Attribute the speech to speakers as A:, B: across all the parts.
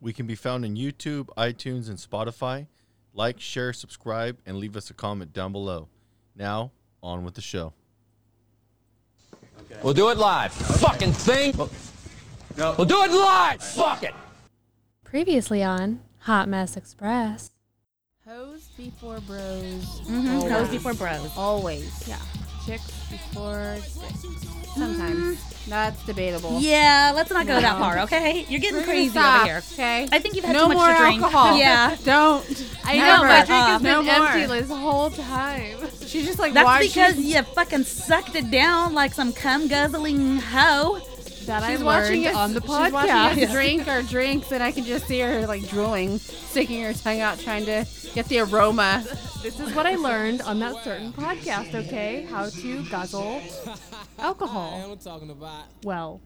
A: We can be found on YouTube, iTunes, and Spotify. Like, share, subscribe, and leave us a comment down below. Now, on with the show.
B: We'll do it live. Fucking thing.
C: No.
B: We'll do it live. Fuck it.
D: Previously on Hot Mess Express.
E: Hoes before bros.
F: Mm-hmm.
E: Always.
F: Hoes before bros.
E: Always.
F: Yeah.
E: Chicks before dicks. Sometimes. That's debatable.
F: Yeah, let's not go that far, okay? You're getting
E: We're gonna
F: crazy
E: stop,
F: over here.
E: Okay.
F: I think you've had
E: no
F: too much
E: more
F: to drink.
E: alcohol.
F: Yeah.
E: Don't.
F: I
E: Never.
F: know, but uh,
E: It's been
F: no more.
E: empty this whole time. She's just like
F: That's
E: watching.
F: because you fucking sucked it down like some cum guzzling hoe.
E: that
F: I
E: she's watching us,
F: learned on the
E: She's watching
F: podcast.
E: us drink our drinks, and I can just see her like drooling, sticking her tongue out, trying to get the aroma.
D: This is what I learned on that certain podcast, okay? How to guzzle alcohol. Well.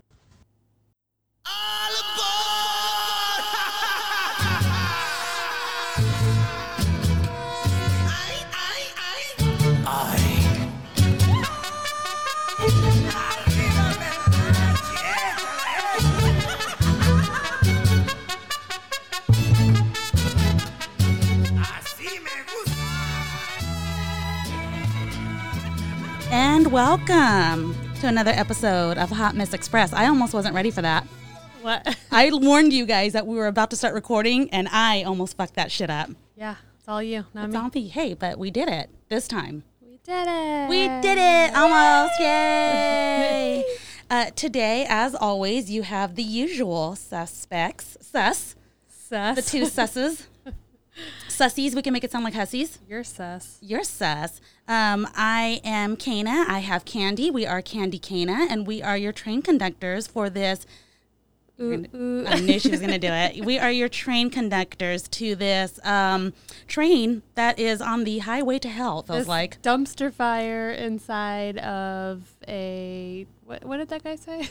F: And welcome to another episode of Hot Mess Express. I almost wasn't ready for that.
D: What?
F: I warned you guys that we were about to start recording, and I almost fucked that shit up.
D: Yeah, it's all you, not me.
F: Zombie, hey, but we did it this time.
D: We did it.
F: We did it almost! Yay! uh, today, as always, you have the usual suspects. Sus,
D: Sus.
F: the two susses. Sussies, we can make it sound like hussies.
D: You're sus.
F: You're sus. Um, I am Kana. I have Candy. We are Candy Kana, and we are your train conductors for this. I knew she was going to do it. We are your train conductors to this um, train that is on the highway to hell. Feels
D: This
F: like
D: dumpster fire inside of a what, what did that guy say?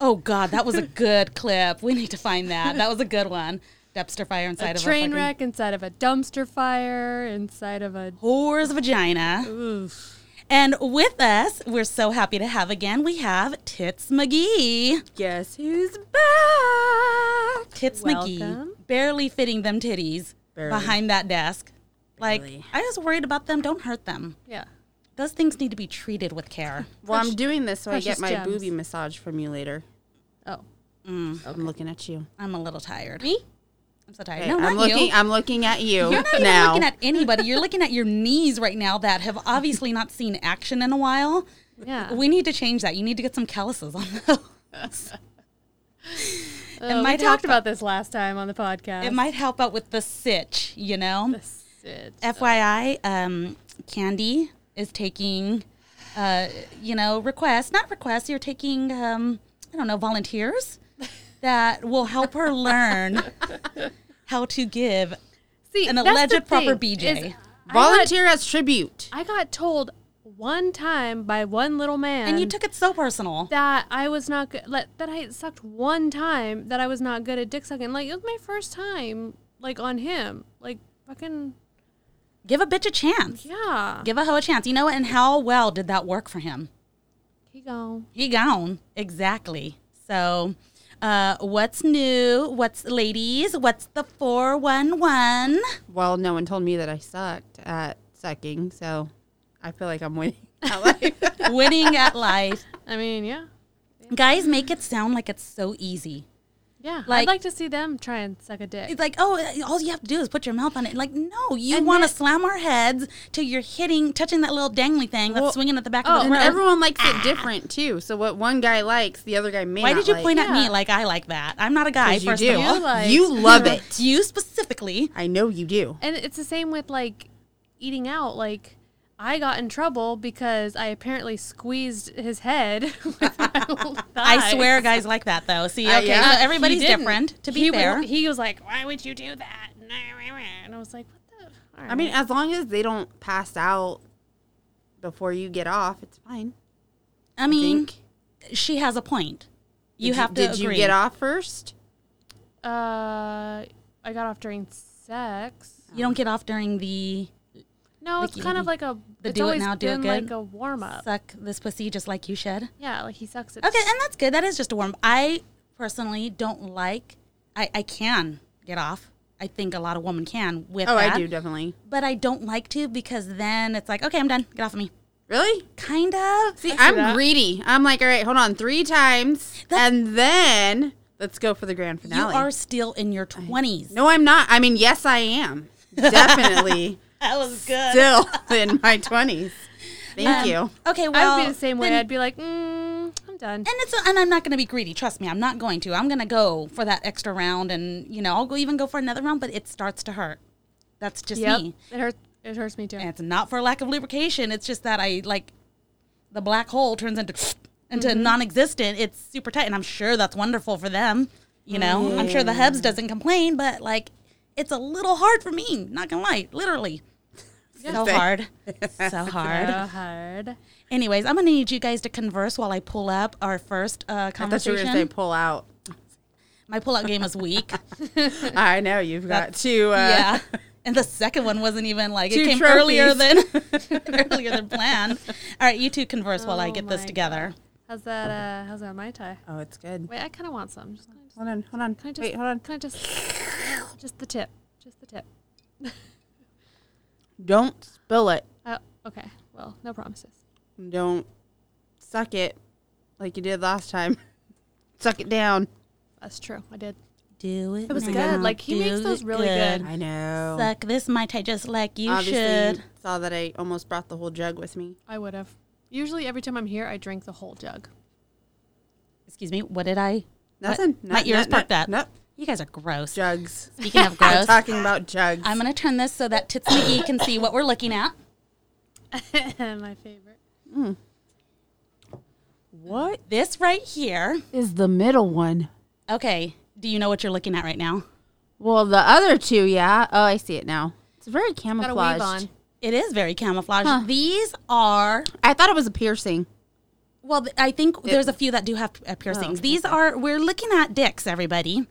F: Oh God, that was a good clip. We need to find that. That was a good one. Dumpster fire inside
D: a
F: of
D: train
F: a fucking
D: wreck inside of a dumpster fire inside of a
F: whore's vagina. And with us, we're so happy to have again. We have Tits McGee.
E: Guess who's back?
F: Tits
D: Welcome.
F: McGee, barely fitting them titties behind that desk. Like I was worried about them. Don't hurt them.
D: yeah.
F: Those things need to be treated with care.
E: Well, I'm doing this so I
D: precious
E: get my
D: gems.
E: booby massage from you later.
D: Oh,
E: I'm looking at you.
F: I'm a little tired. Me? I'm so tired.
E: Okay,
F: no,
E: I'm
F: not
E: looking.
F: you.
E: I'm looking at you
F: You're not even
E: now.
F: looking at anybody. You're looking at your knees right now that have obviously not seen action in a while.
D: yeah.
F: We need to change that. You need to get some calluses on those.
D: Uh,
F: it
D: we
F: might help-
D: talked about this last time on the podcast.
F: it might help out with the sitch, you know?
D: Sit.
F: FYI, um, Candy is taking, uh, you know, requests. Not requests, you're taking, um, I don't know, volunteers that will help her learn how to give
D: See,
F: an
D: that's the
F: alleged proper
D: thing,
F: BJ.
D: is
E: Volunteer as tribute.
D: I got told one time by one little man,
F: and you took it so personal.
D: that I was not good. Like, that I sucked one time. That I was not good at dick sucking. Like it was my first time. Like on him. Like fucking
F: Give a bitch a chance.
D: yeah.
F: Give a hoe a chance. You know what? And how well did that work for him?
D: He gone.
F: He gone. Exactly. So, uh, what's new? What's ladies? What's the 411?
E: Well, no one told me that I sucked at sucking, so I feel like I'm winning. at life.
F: Winning at life.
D: I mean, yeah,
F: Guys make it sound like it's so easy.
D: yeah. I'd
F: Like-
D: like to see them try and suck a dick.
F: It's like, oh, all you have to do is put your mouth on it. Like, no, you
D: And
F: want to
D: then-
F: slam our heads till you're hitting, touching that little dangly thing that's
E: Well-
F: swinging at the back
E: Oh,
F: of the
E: and
F: room.
E: everyone likes it different too. So what one guy likes, the other guy may.
F: Ah. Why
E: not
F: did you
E: like.
F: point at me
D: Yeah.
F: like I like that? I'm not a guy,
E: 'Cause You
F: first
E: do.
F: of all.
D: You like-
E: You love it.
F: You specifically.
E: I know you do.
D: And it's the same with like eating out. Like I got in trouble because I apparently squeezed his head. with my little
F: I
D: thigh.
F: swear guys like that though. See, okay,
E: yeah.
F: so everybody's
D: He didn't.
F: different, to be
D: he, wa-
F: fair.
D: he was like, "Why would you do that?" And I was like, "What the?"
E: I mean, as long as they don't pass out before you get off, it's fine.
F: I mean, she has a point. You
E: Did
F: have to
E: Did you
F: agree.
E: get off first?
D: uh, I got off during sex.
F: You don't get off during the
D: No, it's
F: Like,
D: kind of
F: you-
D: like a.
F: the
D: it's
F: do it
D: always
F: now, do it
D: been
F: good.
D: like a warm up.
F: suck this pussy just like you should.
D: Yeah, like he sucks it.
F: Okay, and that's good. That is just a warm. I personally don't like I, I can get off. I think a lot of women can with
E: Oh,
F: that.
E: I do definitely.
F: But I don't like to because then it's like, okay, I'm done. Get off of me.
E: Really?
F: Kind of.
E: See,
D: see that.
E: I'm greedy. I'm like, all right, hold on, three times, and then let's go for the grand
F: you
E: finale.
F: are still in your 20s.
E: no, I'm not. I mean, yes, I am. Definitely
F: That was good.
E: still in my twenties. Thank
F: Um,
E: you.
F: Okay, well,
D: I would be the same way.
F: then-
D: I'd be like, mm, I'm done.
F: and it's and I'm not going to be greedy. Trust me, I'm not going to. I'm going to go for that extra round, and you know, I'll go even go for another round. But it starts to hurt. That's just
D: Yep.
F: me.
D: It hurts. It hurts me too.
F: And it's not for lack of lubrication. It's just that I like the black hole turns into into
E: Mm-hmm.
F: non-existent. It's super tight, and I'm sure that's wonderful for them. You know, I'm sure the
E: Mm.
F: hubs doesn't complain, but like, it's a little hard for me. Not gonna lie, literally, so hard, so hard.
D: So hard.
F: Anyways, I'm gonna need you guys to converse while I pull up our first uh,
E: I thought you were
F: conversation.
E: gonna say pull out.
F: My pullout game was weak.
E: I know you've got two. Uh,
F: yeah. And the second one wasn't even like it
E: Two
F: came
E: trophies.
F: earlier than earlier than planned. All right, you two converse while I
D: Oh
F: get this
D: my
F: together.
D: How's that? Uh, how's that mai tai?
E: Oh, it's good.
D: Wait, I kind of want some. Just, can I just,
E: Hold on, hold on.
D: can I just,
E: Wait, hold on.
D: Can I just, just the tip, just the tip.
E: Don't spill it.
D: Oh, okay. Well, no promises.
E: Don't suck it like you did last time. Suck it down.
D: That's true. I did.
F: Do it.
D: It was good. Like he makes those really good.
E: I know.
F: Suck this mai tai just like you
E: Obviously,
F: should.
E: you saw that I almost brought the whole jug with me.
D: I would have. Usually, every time I'm here, I drink the whole jug.
F: Excuse me. What did I? what-
E: Nothing.
F: My
E: Not-
F: ears
E: not-
F: perked up.
E: not-
F: You guys are gross.
E: Jugs.
F: Speaking of
E: We're
F: gross,
E: talking about jugs.
F: I'm gonna turn this so that Tits McGee can see what we're looking at.
D: My favorite.
E: what
F: This right here.
E: is the middle one?
F: Okay. Do you know what you're looking at right now?
E: Well, the other two, yeah. Oh, I see it now. It's very
D: Got a
E: camouflaged.
D: weave on.
F: It is very camouflaged. These are
E: I thought it was a piercing.
F: well. th- I think there's a few that do have uh, piercings. These are we're looking at dicks, everybody,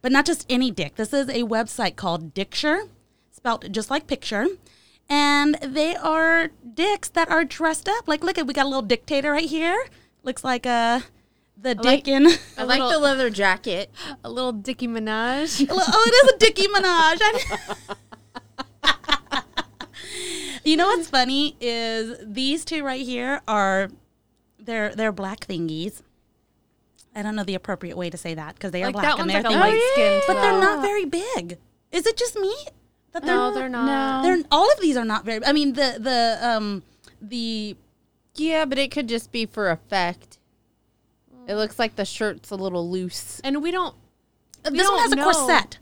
F: but not just any dick. This is a website called Dicture, spelt just like picture, and they are dicks that are dressed up. Like, look at we got a little dictator right here. Looks like a the dick in.
E: I
D: like
E: like
D: the
E: the leather jacket.
D: A little Dickie Minaj.
F: oh, it is a Dickie Minaj. I- you know what's funny is these two right here are they're they're black thingies. I don't know the appropriate way to say that because they are
D: like
F: black
D: that one's
F: and they're
D: like a Oh,
F: thingies.
D: light skin.
F: but they're not very big. Is it just me that they're
D: No, they're not.
F: They're all of these are not very. I mean the the um the
E: Yeah, but it could just be for effect. It looks like the shirt's a little loose,
D: And we don't.
F: this one
D: don't
F: has a
D: know.
F: corset.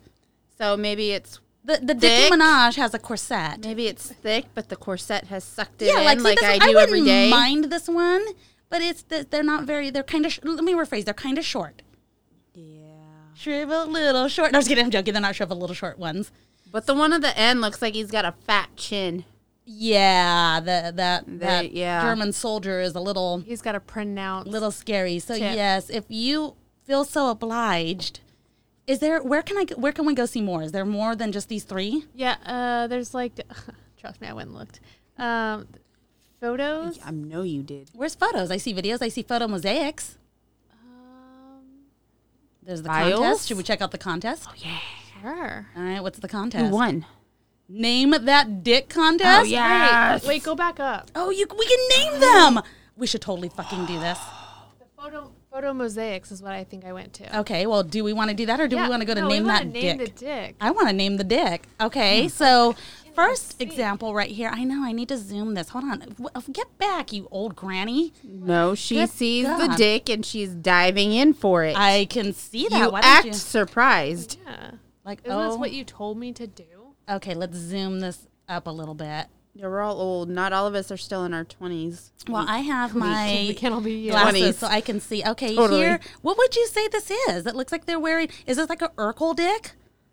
E: so maybe it's
F: The the Dickie
E: Thick?
F: Minaj has a corset.
E: maybe it's thick, but the corset has sucked it
F: yeah,
E: in
F: like,
E: like,
F: see, this
E: I
F: one-
E: do
F: wouldn't
E: every day.
F: Mind this one, but it's that they're not very. They're kind of. Sh- let me rephrase. They're kind of short. Yeah. Shriveled little short. No, I was kidding. I'm joking. They're not shriveled little short ones.
E: But the one at the end looks like he's got a fat chin.
F: Yeah, the that that
E: yeah.
F: German soldier is a little
D: He's got a pronounced.
F: little scary. So
D: Tip.
F: yes, if you feel so obliged, is there where can I go- where can we go see more? Is there more than just these three?
D: Yeah. Uh, there's like. Trust me, I went and looked. Um, photos.
E: I know you did.
F: Where's photos? I see videos. I see photo mosaics.
D: Um,
F: There's the
E: Files?
F: contest. Should we check out the contest?
D: sure.
F: All right, what's the contest?
E: You won. Oh,
F: Name that dick contest.
E: yes.
D: Wait, go back up.
F: Oh, you. We can name them. We should totally fucking do this.
D: The photo photo mosaics is what I think I went to.
F: Okay. Well, do we want to do that, or Oh, do
D: Yeah,
F: we want to go to
D: no, we
F: name
D: wanna
F: that
D: name
F: dick?
D: The Hmm. dick.
F: I want to name the dick. Okay. So first example right here. I know. I need to zoom this. Hold on. W- uh, Get back, you old granny.
E: No, she
F: Good
E: sees the
F: God.
E: dick and she's diving in for it.
F: I can see that.
E: you
F: Why
E: act
F: don't you?
E: surprised.
D: Yeah.
F: Like,
D: Isn't
F: oh.
D: this what you told me to do?
F: okay. Let's zoom this up a little bit.
E: Yeah, we're all old. Not all of us are still in our twenties.
F: Well, I have
D: we
F: my
D: can't all be yeah.
F: glasses,
E: 20s.
F: so I can see. Okay,
E: Totally.
F: here, what would you say this is? It looks like they're wearing. Is this like a Urkel dick?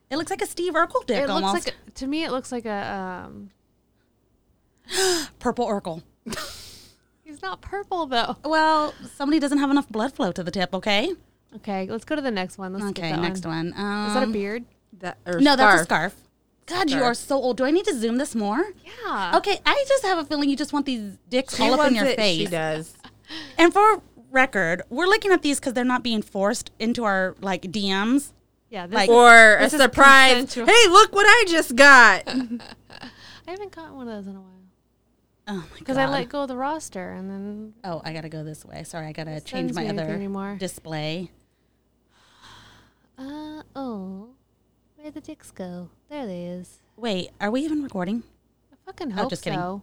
F: It looks like a Steve Urkel dick
D: It
F: almost.
D: looks like a- to me it looks like a um
F: purple Urkel.
D: he's not purple though.
F: Well, somebody doesn't have enough blood flow to the tip. Okay.
D: Okay, let's go to the next one. Let's skip
F: Okay.
D: that
F: Next one. Um,
D: Is that a beard?
E: That or
F: No, that's a
E: scarf.
F: scarf. God, you are so old. Do I need to zoom this more?
D: Yeah.
F: Okay, I just have a feeling you just want these dicks
E: She
F: all up in
E: wants
F: your
E: it,
F: face.
E: She does.
F: And for record, we're looking at these because they're not being forced into our like DMs.
D: Yeah, this
F: Like-
D: is-
E: Or a
D: This is
E: surprise.
D: consensual.
E: Hey, look what I just got.
D: I haven't gotten one of those in a while
F: Oh my god.
D: because I let go of the roster and then
F: Oh, I gotta go this way. Sorry, I gotta
D: It
F: change
D: sends
F: my
D: me anything
F: other
D: anymore.
F: display.
D: uh oh, where the dicks go? There they is.
F: Wait, are we even recording?
D: I fucking hope
F: just kidding.
D: so.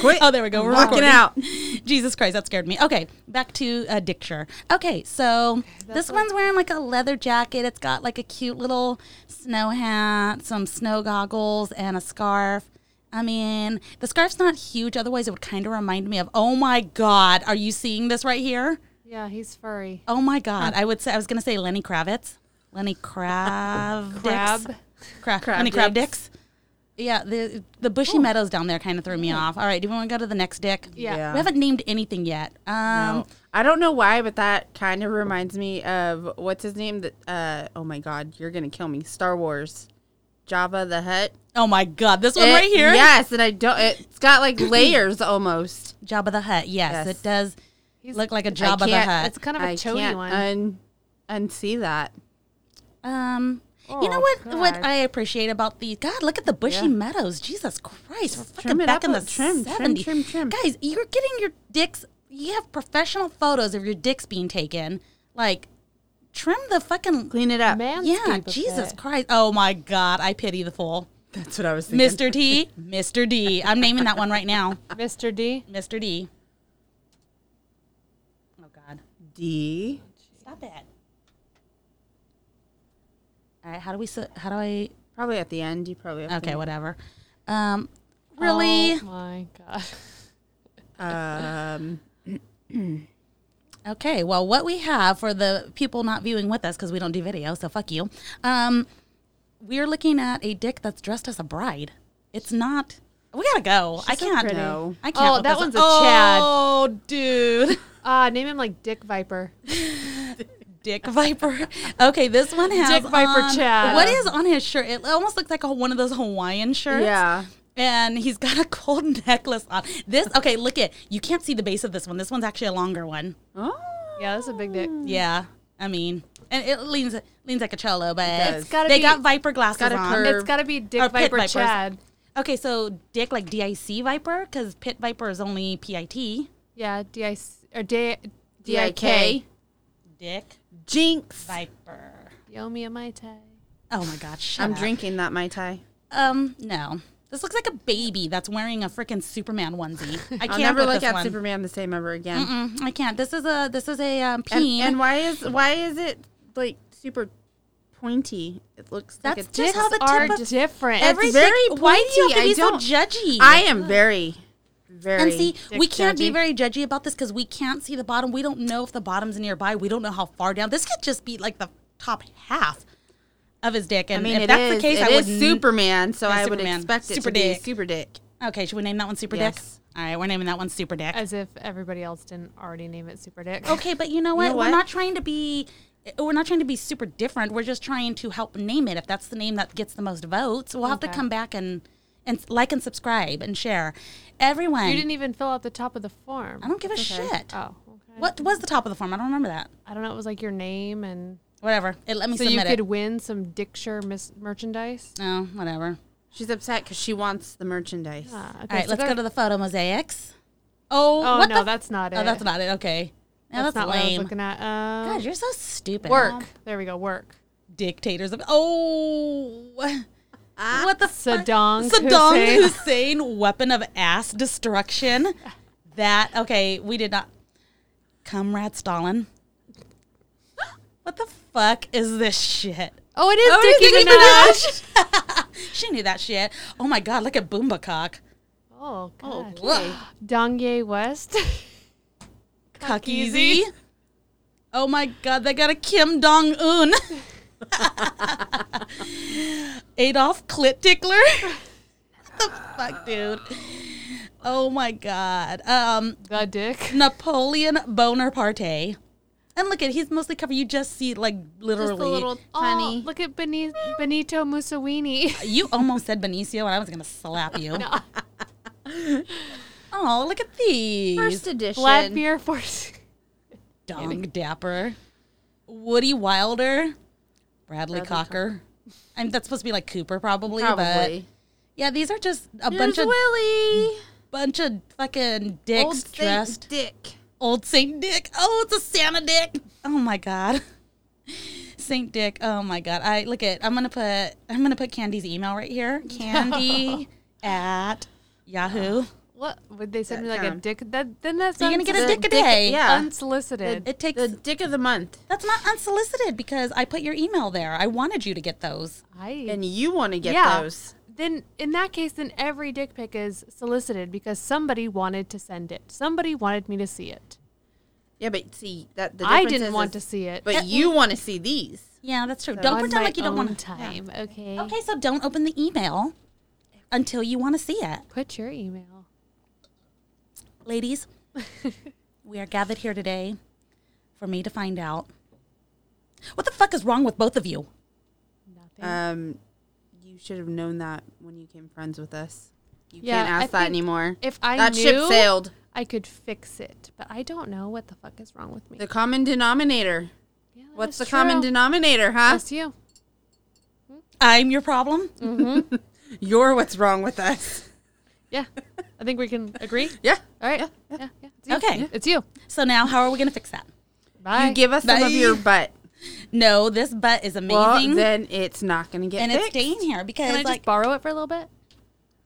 E: Quit.
F: Oh, there we go. We're
E: Walking
F: recording.
E: out.
F: Jesus Christ, that scared me. Okay, back to uh, Dicture. Okay, so this one's wearing like a leather jacket. It's got like a cute little snow hat, some snow goggles, and a scarf. I mean, the scarf's not huge. Otherwise, it would kind of remind me of. Oh my God, are you seeing this right here?
D: Yeah, he's furry.
F: Oh my God, I would say I was gonna say Lenny Kravitz, Lenny Krav,
D: Crab.
F: Cra-
E: Crab
F: Lenny Crab
E: dicks.
F: dicks. Yeah, the the bushy meadows down there kind of threw me off. All right, do we want to go to the next dick?
D: Yeah.
E: Yeah.
F: We haven't named anything yet. Um,
E: No. I don't know why, but that kind of reminds me of what's his name? That uh, oh my god, you're gonna kill me. Star Wars, Java the Hutt.
F: Oh my God, this one
E: It-
F: right here.
E: Yes, and I don't. It's got like layers almost.
F: Jabba the Hutt.
E: Yes.
F: Yes, it does
D: He's-
F: look like a
E: I
F: Jabba the
E: can't-
F: Hutt.
D: It's kind of a
E: I
D: chody
E: can't
D: one.
E: Un, unsee that.
F: Um, you
D: Oh,
F: know what?
D: God.
F: What I appreciate about the God, look at the bushy
E: Yeah.
F: meadows. Jesus Christ, we're fucking
E: trim it
F: back
E: up
F: in
E: a-
F: the
E: trim, trim,
F: 70s.
E: trim, trim.
F: Guys, you're getting your dicks. You have professional photos of your dicks being taken. Like, trim the fucking.
E: Clean it up.
D: Manscape
F: Yeah,
D: a bit.
F: Jesus Christ. Oh my God, I pity the fool.
E: That's what I was thinking.
F: Mr. T, Mr. D. I'm naming that one right now.
D: Mr. D.
F: Mr. D. Oh God.
E: D.
F: Stop it. All right, how do we? s- How do I?
E: Probably at the end. You probably have
F: Okay, whatever. Um, really?
D: Oh my god.
E: To, um.
F: Okay. Well, what we have for the people not viewing with us because we don't do video, so fuck you. Um, we're looking at a dick that's dressed as a bride. It's not. We gotta go. I
E: so
F: can't.
E: pretty.
F: know.
E: No.
F: I can't.
D: Oh,
F: with
D: that
F: this.
D: one's a Chad.
F: Oh, dude.
D: Ah, name him like Dick Viper.
F: Dick Viper. Okay, this one has
D: Dick Viper
F: on-
D: Chad.
F: What is on his shirt? It almost looks like a, one of those Hawaiian shirts.
E: Yeah.
F: And he's got a gold necklace on. This okay, look at you can't see the base of this one. This one's actually a longer one.
E: Oh.
D: Yeah, that's a big dick.
F: Yeah, I mean, and it leans leans like a cello, but
E: does.
D: It's gotta
F: they
D: be-
F: got viper glasses
E: gotta
F: on.
E: curve.
D: It's got to be Dick
F: Or pit
D: Viper
F: vipers.
D: Chad.
F: Okay, so Dick like D I C viper because pit viper is only P I T.
D: Yeah, D I C or D
E: D I K.
F: Dick
E: Jinx.
F: viper.
D: Yomi and my tie.
F: Oh my God, shut
E: I'm
F: up.
E: drinking that mai tai.
F: Um, no. This looks like a baby that's wearing a freaking Superman onesie. I can't
E: I'll never
F: with
E: look
F: this
E: at
F: one.
E: Superman the same ever again.
F: Mm, I can't. This is a this is a um,
E: And,
F: peen.
E: and why is why is it like super pointy? It looks
F: that's
E: like a dick.
F: just how the
D: Are
F: tip of
D: different.
E: Every-
F: everything.
E: very
F: why do you have to
E: pointy.
F: be
E: I
F: so
E: don't-
F: judgy?
E: I am very, very.
F: And see,
D: Dick
F: we can't be
D: judgy.
F: very judgy about this because we can't see the bottom. We don't know if the bottom's nearby. We don't know how far down. This could just be like the top half of his dick.
E: I
F: And
E: mean,
F: if
E: it
F: that's the
E: is-
F: case,
E: it
F: I would
E: is
F: n-
E: Superman, so
F: Yeah,
E: I would
F: Superman.
E: expect it
F: Super
E: to be
F: dick.
E: super dick.
F: Okay, should we name that one Super Dick?
E: Yes.
F: All right, we're naming that one Super Dick.
D: As if everybody else didn't already name it Super Dick.
F: Okay, but you know what?
E: know
F: We're
E: what?
F: not trying to be we're not trying to be super different. We're just trying to help name it. If that's the name that gets the most votes, we'll have to
D: Okay.
F: come back and and like and subscribe and share. Everyone,
D: You didn't e- even fill out the top of the form.
F: I don't give a shit.
D: Oh, okay.
F: What was the top of the form? I don't remember that.
D: I don't know. It was like your name and
F: Whatever. It let me
D: so you
F: submit
D: could
F: it.
D: win some Dickshire mis- merchandise.
F: No, whatever.
E: She's upset because she wants the merchandise.
D: Ah, okay,
F: All right,
D: so
F: let's
D: there-
F: go to the photo mosaics. Oh,
D: Oh
F: what
D: no,
F: the f-
D: that's not it.
F: Oh, that's not it. Okay. Now
D: That's
F: that's,
D: not what I was
F: lame.
D: looking at. Um,
F: God, you're so stupid.
D: work. There we go. Work.
F: Dictators of Oh. what the fuck?
D: Saddam
F: Saddam
D: Hussein.
F: Hussein. weapon of ass destruction. That okay, we did not. Comrade Stalin. What the fuck is this shit?
D: Oh, it is
F: Oh,
D: Dickie
F: Nicki
D: Minaj.
F: Minaj. she knew that shit. Oh my god, look at Boomba cock.
D: Oh God.
F: Whoa.
D: Dongye West.
F: Cock
D: easy.
F: easy. Oh my god, they got a Kim Dong Un. Adolf Clit Tickler. what the fuck, dude? Oh my god. Um,
D: the Dick.
F: Napoleon Bonaparte. And look at he's mostly covered. You just see like literally
D: Oh, look at Beni- Benito Mussolini.
F: You almost said Benicio and I was gonna slap you. Oh, look at these.
E: First edition.
D: Vladimir Force.
F: Dong dapper. Woody Wilder, Bradley,
E: Bradley
F: Cocker. I mean, that's supposed to be like Cooper, probably. But
E: Probably.
F: yeah, these are just a
E: Here's
F: bunch of
E: Willie.
F: bunch of fucking dicks
E: Old Saint
F: dressed
E: Dick.
F: old Saint Dick. Oh, it's a Santa Dick. Oh my God, Saint Dick. Oh my God. I look at. I'm gonna put. I'm gonna put Candy's email right here. Candy at Yahoo.
D: What would they send me like a
E: com.
D: dick? That then that's
F: You're gonna get a dick a
E: dick-
F: day.
E: yeah.
D: unsolicited.
F: It takes.
E: The dick of the month.
F: that's not unsolicited because I put your email there. I wanted you to get those.
D: I
E: And you want to get
D: yeah.
E: those.
D: Then in that case, then every dick pic is solicited because somebody wanted to send it. Somebody wanted me to see it.
E: Yeah, but see that the
D: I
E: difference
D: didn't
E: is-
D: want
E: is-
D: to see it.
E: But you want to see these.
F: Yeah, that's true. don't pretend like you don't want to.
D: time. Okay.
F: Okay, so don't open the email until you want to see it.
D: Put your email.
F: Ladies, we are gathered here today for me to find out what the fuck is wrong with both of you.
D: Nothing.
E: Um, you should have known that when you came friends with us. You
D: Yeah,
E: can't ask
D: I
E: that
D: think
E: anymore.
D: if I
E: that ship
D: knew-
E: sailed,
D: I could fix it, but I don't know what the fuck is wrong with me.
E: the common denominator.
D: Yeah, that
E: What's
D: is
E: the common
D: true.
E: denominator, huh?
D: That's you.
F: I'm your problem.
D: Mm.
E: You're what's wrong with us.
D: Yeah. I think we can agree.
E: Yeah.
D: All right. Yeah. yeah, It's you.
F: Okay.
D: It's you.
F: So now, how are we going to fix that?
D: Bye.
E: You give us some
F: Bye.
E: of your butt.
F: No, this butt is
E: Well,
F: amazing,
E: then it's not going to get
F: and it's
E: fixed.
F: staying here because,
D: Can I
F: like,
D: just borrow it for a little bit?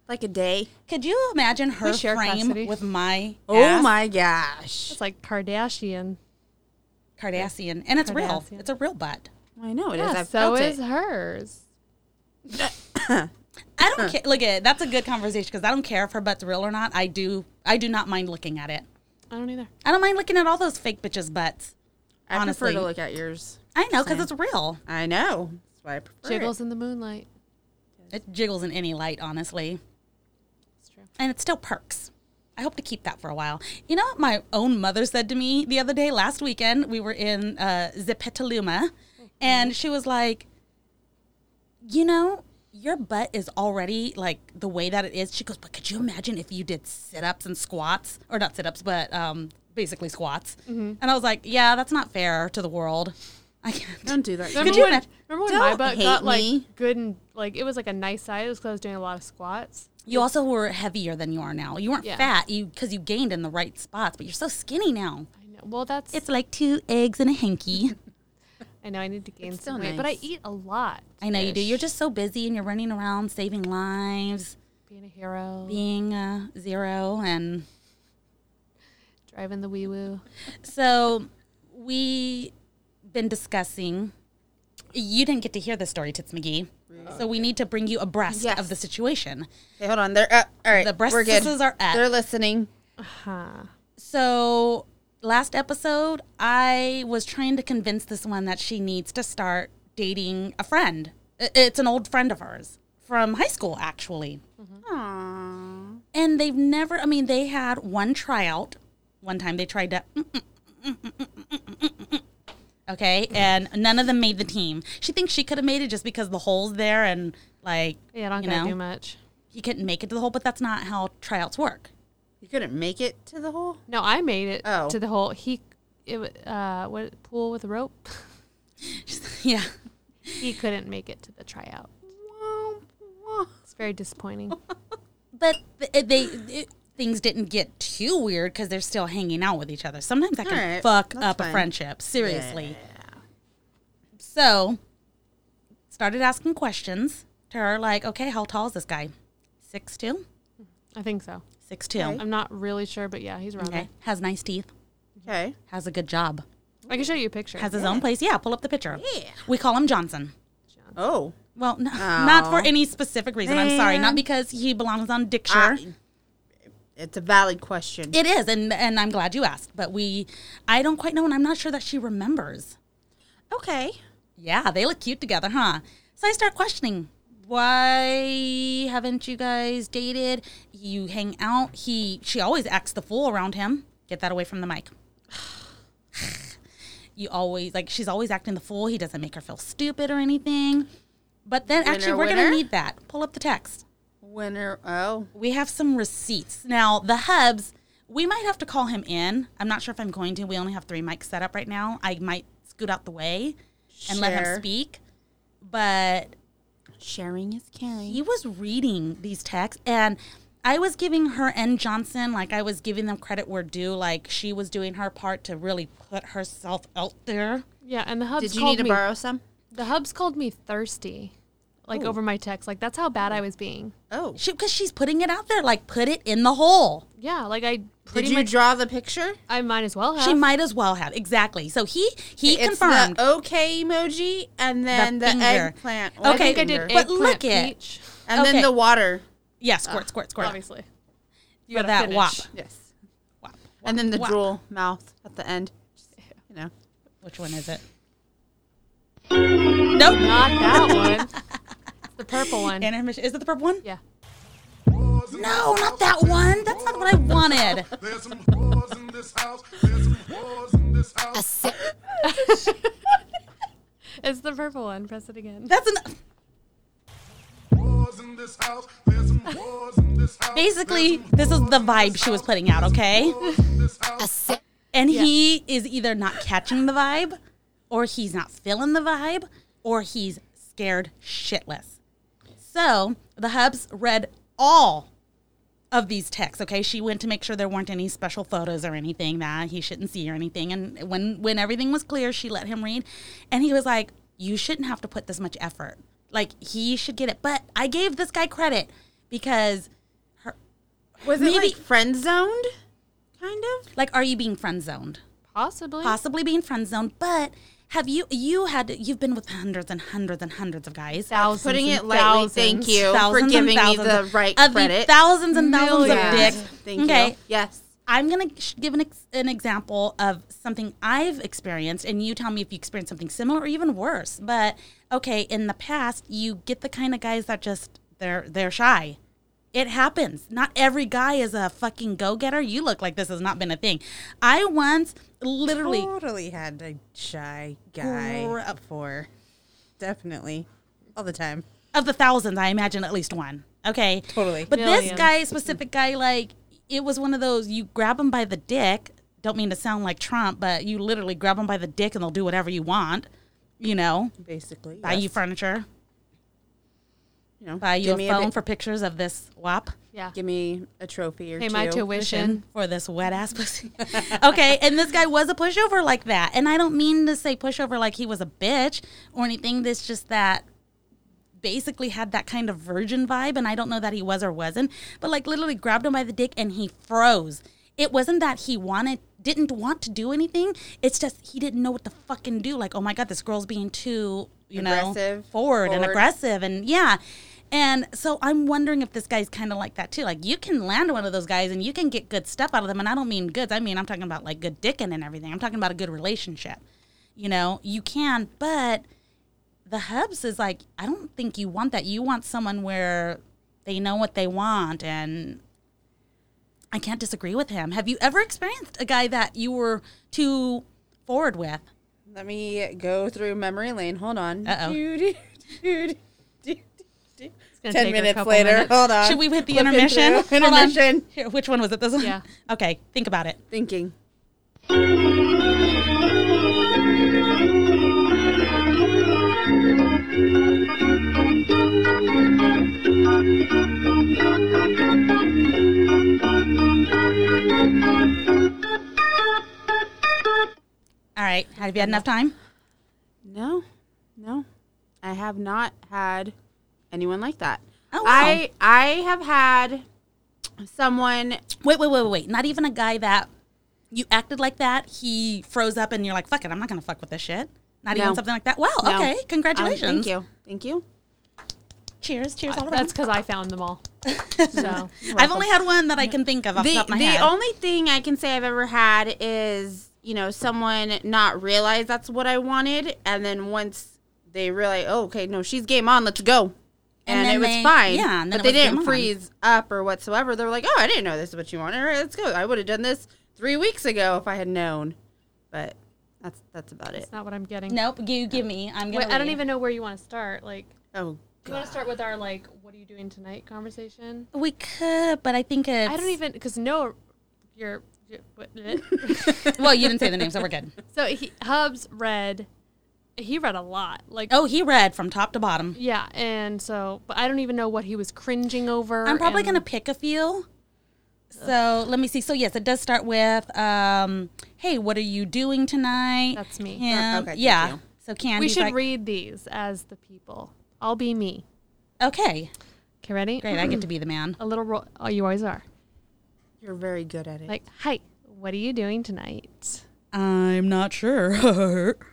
E: like a day.
F: could you imagine her
D: We share
F: frame
D: custody.
F: with my
E: Oh
F: ass?
E: my gosh.
D: It's like Kardashian.
F: Kardashian, and it's real.
D: Kardashian.
F: It's a real butt.
E: I know it is.
D: Yeah,
E: I've
D: so
E: felt
D: is
E: it.
D: hers.
F: I don't care. Look at that's a good conversation because I don't care if her butt's real or not. I do. I do not mind looking at it.
D: I don't either.
F: I don't mind looking at all those fake bitches' butts.
E: I
F: honestly.
E: prefer to look at yours.
F: I know because
E: Same.
F: it's real.
E: I know. That's why I prefer
D: Jiggles
E: it.
D: in the moonlight.
F: It jiggles in any light, honestly.
D: It's true.
F: and it still perks. I hope to keep that for a while. You know what my own mother said to me the other day, last weekend, we were in uh, Zipetaluma,
D: Mm-hmm.
F: and she was like, You know, your butt is already like the way that it is. She goes, But could you imagine if you did sit ups and squats, or not sit ups, but um, basically squats?
D: Mm-hmm.
F: And I was like, Yeah, that's not fair to the world. I can't.
E: Don't do that.
F: Could
D: Remember
F: you
D: when,
F: imagine-
D: remember when my
E: Don't
D: butt
E: hate
D: got
E: me.
D: like good and like it was like a nice size? It was because I was doing a lot of squats.
F: You also were heavier than you are now. You weren't
D: Yeah.
F: fat you because you gained in the right spots, but you're so skinny now.
D: I know. Well, that's.
F: It's like two eggs and a hanky.
D: I know. I need to gain
E: still
D: some weight, but I
E: nice.
D: eat a lot.
F: I know you do.
D: Ish.
F: You're just so busy and you're running around saving lives,
D: being a hero,
F: being uh, zero. And
D: driving the wee woo.
F: so we been discussing. You didn't get to hear the story, Tits McGee. So we need to bring you abreast
E: Yes.
F: of the situation.
E: Okay, hold on. They're up. All right.
F: The breast
E: We're good.
F: kisses are up.
E: They're listening.
D: Huh.
F: So last episode, I was trying to convince this one that she needs to start dating a friend. I- It's an old friend of hers from high school, actually.
E: Aww.
F: And they've never, I mean, they had one tryout. One time they tried to. Okay. And none of them made the team. She thinks she could have made it just because the hole's there and, like,
D: Yeah, I don't
F: you
D: gotta do
F: know,
D: much.
F: he couldn't make it to the hole, but that's not how tryouts work.
E: You couldn't make it to the hole?
D: No, I made it
E: Oh.
D: to the whole he, it wa- uh, what pool with a rope.
F: yeah.
D: he couldn't make it to the tryout. It's very disappointing.
F: But th- they. it- Things didn't get too weird because they're still hanging out with each other. Sometimes that can
E: Alright,
F: fuck
E: that's
F: up a
E: fine.
F: friendship. Seriously. So, started asking questions to her, like, okay, how tall is this guy? Six two,
D: I think so.
F: six two.
D: I'm not really sure, but yeah, he's around
F: Okay, has nice teeth,
E: Okay.
F: has a good job,
D: there. I can show you a picture.
F: has his own place. Yeah, pull up the picture.
E: Yeah.
F: We call him Johnson.
E: Oh.
F: Well, n- not for any specific reason. I'm sorry, not
E: Man.
F: because he belongs on Dicture.
E: I- it's a valid question.
F: it is, and and I'm glad you asked. But we, I don't quite know, and I'm not sure that she remembers.
E: okay.
F: Yeah, they look cute together, huh? So I start questioning why haven't you guys dated? You hang out. He she always acts the fool around him. Get that away from the mic. you always like she's always acting the fool. He doesn't make her feel stupid or anything. But then actually we're
E: winner.
F: gonna need that. Pull up the text.
E: Winner. Oh.
F: We have some receipts. Now the hubs, we might have to call him in. I'm not sure if I'm going to. We only have three mics set up right now. I might scoot out the way and let him
E: Share.
F: speak. But
E: Sharing is caring.
F: he was reading these texts and I was giving her and Johnson like I was giving them credit where due like she was doing her part to really put herself out there.
D: Yeah, and the hubs
E: Did you
D: called
E: need to
D: me.
E: borrow some?
D: The hubs called me thirsty, like over my text. Like that's how bad I was being.
E: Oh.
F: She cuz she's putting it out there like put it in the hole.
D: Yeah, like I
E: Did
D: pretty
E: you
D: much
E: draw the picture?
D: I might as well have.
F: She might as well have. Exactly. So he he
E: it's
F: confirmed
E: the okay emoji and then the,
F: finger.
E: eggplant.
F: Okay,
E: Well,
D: I think I did
E: finger.
F: egg-
D: eggplant
F: But look it.
D: peach,
E: and
F: okay.
E: then the water.
F: yeah, squirt squirt squirt
D: obviously. You
F: for
D: gotta
F: that
D: finish.
F: wop.
E: Yes.
F: Wop,
E: And then the
F: wop.
E: drool mouth at the end. Just, you know.
F: Which one is it? Nope.
D: Not that one. It's the purple one.
F: Intermission. Is it the purple one?
D: yeah.
F: No, not that one. That's not what I wanted.
C: There's some whores in this house. There's some whores in this house.
D: It's the purple one. Press it again.
F: That's an
C: Whores in this house. There's some whores in this house.
F: basically this is the vibe she was putting out, okay?
C: Whores in this house.
F: And he is either not catching the vibe, or he's not feeling the vibe, or he's scared shitless. So the hubs read all of these texts. Okay, she went to make sure there weren't any special photos or anything that he shouldn't see or anything. And when when everything was clear, she let him read, and he was like, "You shouldn't have to put this much effort. Like he should get it." But I gave this guy credit because
E: Was it
F: Maybe-
E: like friend zoned? Kind of.
F: like, are you being friend zoned?
E: Uh-huh.
D: Possibly.
F: possibly being friend zoned, but have you you had you've been with hundreds and hundreds and hundreds of guys.
D: Thousands
E: Putting
D: and
E: it lightly,
D: thousands.
E: thank you for
F: Thousands and
E: giving me
F: thousands
E: the
F: of-
E: right
F: of the
E: credit.
F: thousands and thousands of
D: Millions.
F: dicks.
E: Thank
F: okay,
E: you. Yes.
F: I'm gonna sh- give an ex- an example of something I've experienced, and you tell me if you experienced something similar or even worse. But okay, in the past, you get the kind of guys that just they're they're shy. It happens. Not every guy is a fucking go getter. You look like this has not been a thing. I once literally
E: Totally had a shy guy
F: Gr-
E: before. Definitely. All the time.
F: of the thousands, I imagine at least one. Okay.
E: Totally.
F: But this
D: Millions.
F: guy, specific guy, like, it was one of those you grab him by the dick. Don't mean to sound like Trump, but you literally grab them by the dick and they'll do whatever you want, you know,
E: Basically.
F: buy you furniture,
E: you know,
F: buy you
E: give
F: a
E: me
F: phone
E: bit-
F: for pictures of this wop
D: Yeah.
E: give me a trophy or
D: Pay
E: two.
D: my tuition.
F: for this wet ass pussy. okay. And this guy was a pushover like that. And I don't mean to say pushover like he was a bitch or anything. That's just that basically had that kind of virgin vibe and I don't know that he was or wasn't, but like literally grabbed him by the dick and he froze. It wasn't that he wanted didn't want to do anything. It's just he didn't know what to fucking do. Like, oh my god, this girl's being too, you know,
E: Aggressive,
F: forward, and
E: forward.
F: aggressive and yeah. And so I'm wondering if this guy's kind of like that too. Like you can land one of those guys and you can get good stuff out of them and I don't mean goods. I mean I'm talking about like good dicking and everything. I'm talking about a good relationship. You know, you can, but the hubs is like i don't think you want that you want someone where they know what they want and i can't disagree with him have you ever experienced a guy that you were too forward with
E: Let me go through memory lane. Hold on.
F: Uh-oh.
E: Doo, doo, doo, doo, doo, doo.
D: It's gonna
E: Ten
D: take her a
E: minutes
D: couple
E: later.
D: minutes.
E: Hold on.
F: should we hit the
E: Flipping
F: intermission
E: through.
F: Hold on.
E: Uh, Intermission.
F: Here, which one was it this one
D: Yeah.
F: okay think about it
E: Thinking.
F: all right have you had enough time
E: No, no, I have not had anyone like that.
F: Oh, wow.
E: I I have had someone.
F: wait wait wait wait, wait not even a guy that you acted like that he froze up and you're like fuck it i'm not gonna fuck with this shit not
E: No.
F: even something like that wow
E: no.
F: Oh, okay
E: Um,
F: congratulations
E: thank you. Uh, Thank you.
F: cheers cheers all around.
D: That's because I found them all. So
F: I've only had one that I can think of off the,
E: the
F: top of my
E: the
F: head.
E: only thing I can say I've ever had is you know someone not realize that's what I wanted, and then once they realize, oh, okay, no, she's game on, let's go.
F: And
E: And,
F: then
E: it was
F: they-
E: fine.
F: yeah, and then
E: but
F: it
E: they
F: was game
E: didn't
F: on.
E: freeze up or whatsoever. They were like, oh, I didn't know this is what you wanted. All right, let's go. I would have done this three weeks ago if I had known. But that's that's about it.
D: that's not what I'm getting.
F: nope, you give me. I'm gonna.
D: Wait, I don't
F: leave.
D: even know where you want to start. Like,
E: Oh,
D: do you want to start with our like, what are you doing tonight conversation?
F: We could, but I think it's.
D: I don't even because no, your
F: Well, you didn't say the name, so we're good.
D: so he, Hubs read. He read a lot. Like
F: Oh, he read from top to bottom.
D: yeah, and so but I don't even know what he was cringing over.
F: I'm probably
D: and-
F: gonna pick a few. So let me see. So yes, it does start with, um, "Hey, what are you doing tonight?"
D: That's me. Oh,
F: Him-
E: okay, thank
F: yeah.
E: you.
F: So Candy.
D: We should
F: like,
D: read these as the people. I'll be me.
F: Okay,
D: Okay, ready?
F: great. I get to be the man.
D: A little roll. Oh, you always are.
E: You're very good at it.
D: Like, hi, what are you doing tonight?
F: I'm not sure.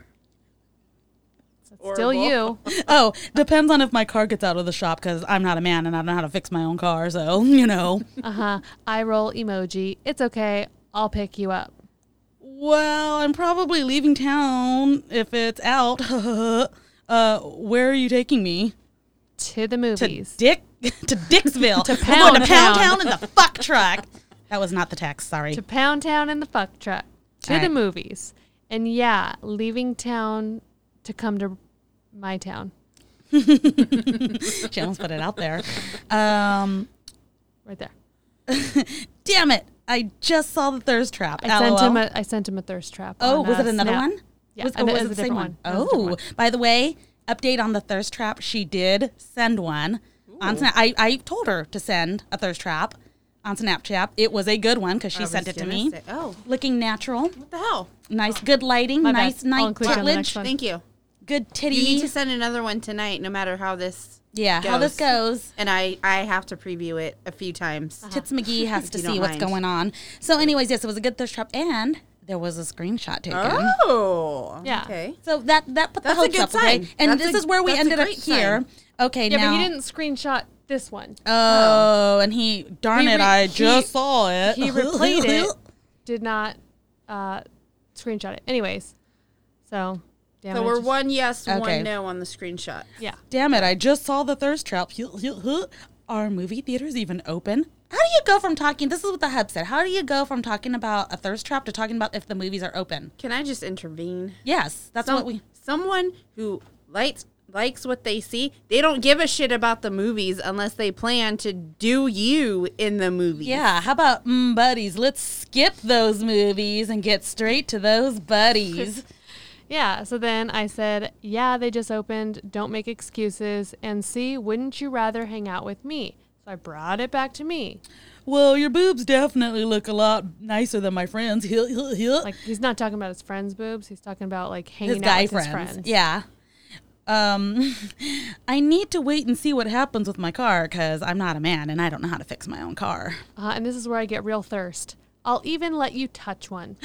D: Still you.
F: oh, depends on if my car gets out of the shop because I'm not a man and I don't know how to fix my own car. So you know.
D: Uh huh. I roll emoji. It's okay. I'll pick you up.
F: well, I'm probably leaving town if it's out. uh, where are you taking me?
D: To the
F: to
D: movies.
F: Dick to Dixville. to
D: Pound
F: to
D: Town.
F: Pound Town in the fuck truck. That was not the text. Sorry.
D: to Pound Town in the fuck truck. To
F: All
D: the
F: right.
D: movies. And yeah, leaving town to come to my town.
F: she almost put it out there. Um,
D: Right there.
F: damn it! I just saw the thirst trap.
D: I sent
F: LOL.
D: him a I sent him a thirst trap.
F: oh,
D: on,
F: was
D: uh,
F: it another
D: Snap.
F: one?
D: Yeah,
F: Was,
D: and
F: or
D: it
F: was
D: was
F: it
D: a
F: the
D: different
F: same
D: one.
F: one?
D: It was a different
F: Oh,
D: one.
F: by the way, update on the thirst trap. She did send one on Snap. I, I told her to send a thirst trap on Snapchat. It was a good one because she
E: was
F: sent it to
E: gonna
F: me.
E: say- oh.
F: Looking natural,
E: What the hell?
F: nice, good lighting,
D: My bad.
F: nice
D: I'll
F: night
D: include you on the next
F: titlage,
D: one.
E: Thank you.
F: good titty.
E: You need to send another one tonight, no matter how this.
F: Yeah, how this goes. Uh-huh.
E: And I, I have to preview it a few times.
F: Tits McGee has to
E: you don't
F: see what's
E: mind.
F: going on. So, anyways, yes, it was a good thirst trap, and there was a screenshot taken.
E: Oh.
D: Yeah.
E: Okay.
F: So that that put
E: That's a
F: the hopes
E: good
F: up, okay?
E: sign.
F: And
E: That's
F: this
E: a-
F: is where we
E: that's a
F: ended up
E: great
F: here.
E: sign.
F: Okay,
D: Yeah,
F: now.
D: but he didn't screenshot this one.
F: Oh, and he darn
D: He
F: it!
D: re-
F: I
D: he-
F: just saw it.
D: he replayed it. Did not uh, screenshot it. Anyways, so damn
E: So
D: it,
E: we're
D: just-
E: one yes,
F: Okay.
E: one no on the screenshot.
D: Yeah,
F: Damn it! I just saw the thirst trap. Are movie theaters even open? How do you go from talking? This is what the hub said. How do you go from talking about a thirst trap to talking about if the movies are open?
E: Can I just intervene?
F: Yes, that's
E: Some-
F: what we.
E: someone who likes likes what they see. They don't give a shit about the movies unless they plan to do you in the movie.
F: Yeah, how about mm, buddies? Let's skip those movies and get straight to those buddies.
D: yeah. So then I said, "Yeah, they just opened. Don't make excuses." And see, wouldn't you rather hang out with me? So I brought it back to me.
F: well, your boobs definitely look a lot nicer than my friends. like
D: Like he's not talking about his friends' boobs. He's talking about like hanging
F: his
D: out
F: guy
D: with
F: friends.
D: his friends.
F: Yeah. Um, I need to wait and see what happens with my car because I'm not a man and I don't know how to fix my own car.
D: Uh, and this is where I get real thirst. I'll even let you touch one.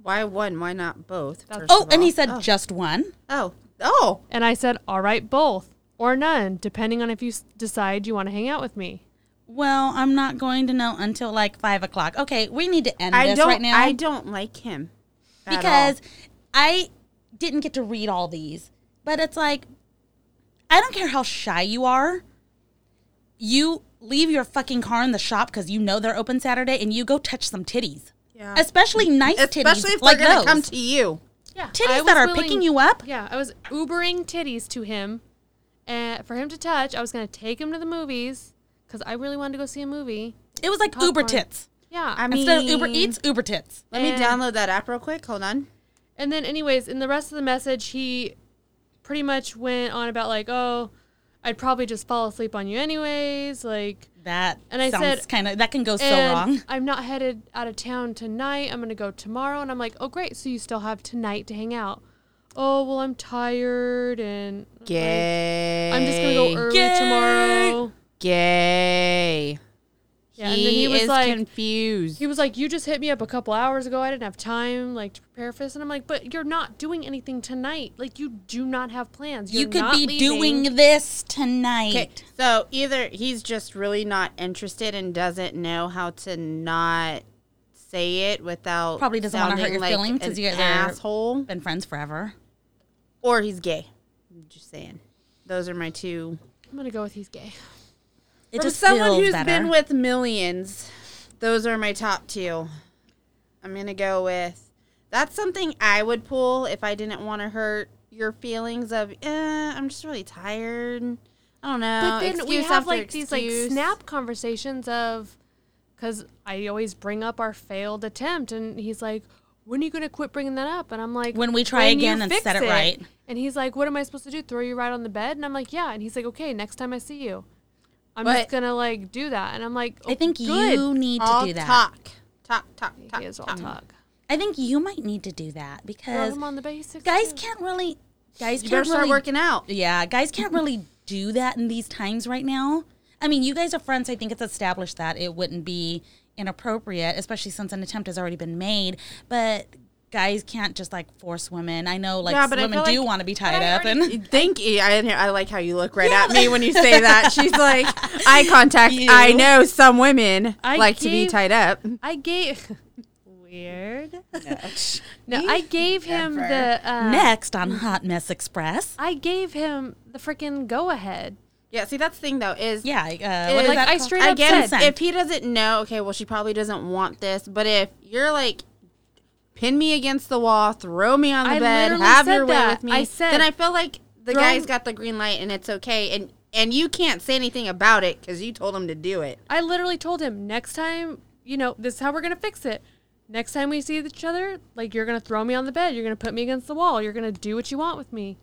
E: Why one? Why not both? first
F: Oh,
E: of
F: and
E: all?
F: he said just one.
E: Oh. Oh.
D: And I said, "All right, both or none, depending on if you s- decide you want to hang out with me."
F: Well, I'm not going to know until like five o'clock. Okay, we need to end
E: I
F: this
E: don't
F: right now.
E: I don't like him. at all.
F: because I didn't get to read all these, but it's like I don't care how shy you are. You leave your fucking car in the shop because you know they're open Saturday, and you go touch some titties,
E: Yeah.
F: especially nice
E: especially
F: titties
E: if
F: like
E: they're
F: those
E: gonna come to you.
D: Yeah,
F: Titties
D: I
F: that
D: was
F: are picking you up?
D: Yeah, I was Ubering titties to him, and for him to touch, I was gonna take him to the movies because I really wanted to go see a movie.
F: It was like
D: Popcorn.
F: Uber tits
D: Yeah,
E: I mean
F: instead of Uber Eats, Uber tits.
E: Let me
D: And-
E: download that app real quick. Hold on.
D: and then anyways, in the rest of the message, he pretty much went on about like, oh, I'd probably just fall asleep on you anyways, like.
F: That
D: And I
F: sounds
D: said-
F: kind of that can go so
D: and
F: wrong.
D: I'm not headed out of town tonight. I'm gonna go tomorrow, and I'm like, oh great, so you still have tonight to hang out. Oh well, I'm tired, and like,
E: Gay.
D: I'm just gonna go early
F: Gay.
D: tomorrow.
E: Gay.
D: Yeah, and then he was
E: is
D: like,
E: confused.
D: he was like, "You just hit me up a couple hours ago. I didn't have time like to prepare for this." And I'm like, "But you're not doing anything tonight. Like you do not have plans. You're
F: You could
D: not
F: be
D: leaving."
F: doing this tonight.
E: Okay, so either he's just really not interested and doesn't know how to not say it without
F: Probably doesn't wanna hurt
E: sounding
F: your
E: like
F: feelings 'cause
E: an
F: you guys are-
E: asshole,
F: Been friends forever.
E: or he's gay. I'm just saying, those are my two.
D: I'm gonna go with he's gay.
F: It
E: From
F: just
E: someone
F: feels
E: who's
F: better.
E: been with millions, those are my top two. I'm gonna go with. That's something I would pull if I didn't want to hurt your feelings of. Eh, I'm just really tired. I don't
D: But then
E: know.
D: we
F: Uh,
E: excuse
D: have
E: after
D: like these like
E: excuse.
D: snap conversations of because I always bring up our failed attempt, and he's like, "When are you gonna quit bringing that up?" And I'm like,
F: When we try
D: you
F: again and
D: fix
F: set it right."
D: And he's like, "What am I supposed to do? Throw you right on the bed?" And I'm like, "Yeah." And he's like, "Okay, next time I see you, I'm
E: But-
D: just gonna like do that." And I'm like,
F: I
D: "Oh,
F: think
D: good."
F: you need to
E: All
F: do that.
E: talk. Talk, talk, talk.
D: He is all
E: talk.
D: talk.
F: I think you might need to do that
D: Throw
F: because
D: him on the basics.
F: guys
D: too.
F: can't really. Guys
E: You
F: can't
E: better start
F: really-
E: working out.
F: Yeah, guys can't really do that in these times right now. I mean, you guys are friends. so I think it's established that it wouldn't be inappropriate, especially since an attempt has already been made. But guys can't just like force women. I know, like
E: Yeah, but I
F: women
E: feel
F: do
E: like-
F: want to be tied up, and
E: Thank you. I, I like how you look right at me when you say that. She's like eye contact. I know some women
D: I
E: like to be
D: gave-
E: tied up.
D: I gave weird. No, I gave him the uh,
F: next on Hot Mess Express.
D: I gave him the freaking go ahead.
E: Yeah. See, that's the thing though is
F: Yeah, uh, what
E: Is-
F: is
E: Like,
F: that
D: I
F: called?
D: straight
E: I
D: up
E: get
F: said-
E: it. If he doesn't know, okay, well, she probably doesn't want this. But if you're like, pin me against the wall, throw me on the
D: I
E: bed,
D: literally
E: have
D: said
E: your way
D: that.
E: with me,
D: I said-
E: then I feel like the
D: Throw-
E: guy's got the green light and it's okay. And and you can't say anything about it because you told him to do it.
D: I literally told him next time, you know, this is how we're gonna fix it. Next time we see each other, like you're gonna throw me on the bed, you're gonna put me against the wall, you're gonna do what you want with me.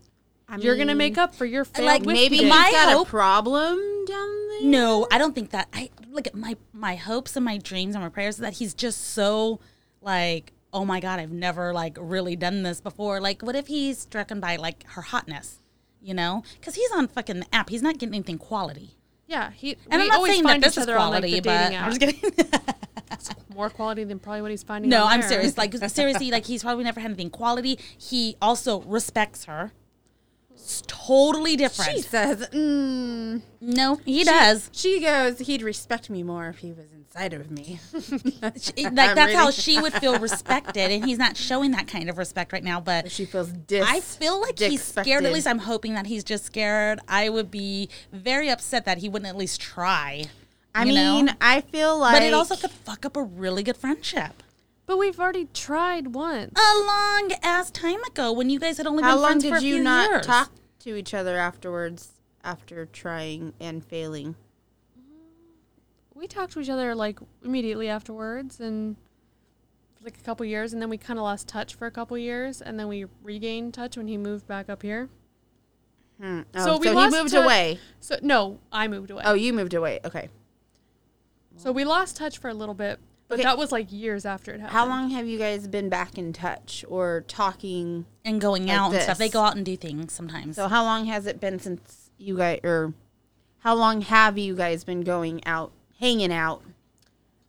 D: you're gonna make up for your failed
F: like,
D: whiskey
E: Maybe
D: date.
E: he's
F: My
E: got
F: hope-
E: a problem down there.
F: No, I don't think that. I look at my my hopes and my dreams and my prayers that he's just so like, oh my god, I've never like really done this before. Like, what if he's stricken by like her hotness, you know? Because he's on fucking the app. He's not getting anything quality.
D: yeah, he.
F: And
D: we
F: I'm not
D: always
F: saying that
D: find
F: this
D: each
F: is
D: other on, like,
F: quality,
D: the
F: but
D: dating
F: I'm just
D: apps.
F: kidding.
D: more quality than probably what he's finding.
F: no,
D: on
F: I'm
D: there.
F: serious. Like seriously, like he's probably never had anything quality. He also respects her. It's totally different.
E: She says, mm.
F: No, he does.
E: she goes, he'd respect me more if he was inside of me.
F: She- like that's how
E: reading-
F: she would feel respected, and he's not showing that kind of respect right now. But
E: She feels dis.
F: I feel like he's scared. At least I'm hoping that he's just scared. I would be very upset that he wouldn't at least try.
E: I
F: you know?
E: mean, I feel like.
F: but it also could fuck up a really good friendship.
D: But we've already tried once.
F: A long ass time ago when you guys had only
E: How
F: been
E: long
F: friends for a
E: did you
F: few
E: not
F: years.
E: talk to each other afterwards after trying and failing?
D: we talked to each other like immediately afterwards and for like a couple years and then we kind of lost touch for a couple years and then we regained touch when he moved back up here
E: Oh,
D: So
E: so
D: we
E: he
D: lost
E: moved
D: touch-
E: away.
D: so no i moved away
E: Oh, you moved away. Okay.
D: so we lost touch for a little bit but
E: Okay.
D: that was like years after it happened
E: How long have you guys been back in touch or talking?
F: and going out and
E: this.
F: stuff. They go out and do things sometimes.
E: So how long has it been since you guys or how long have you guys been going out, hanging out?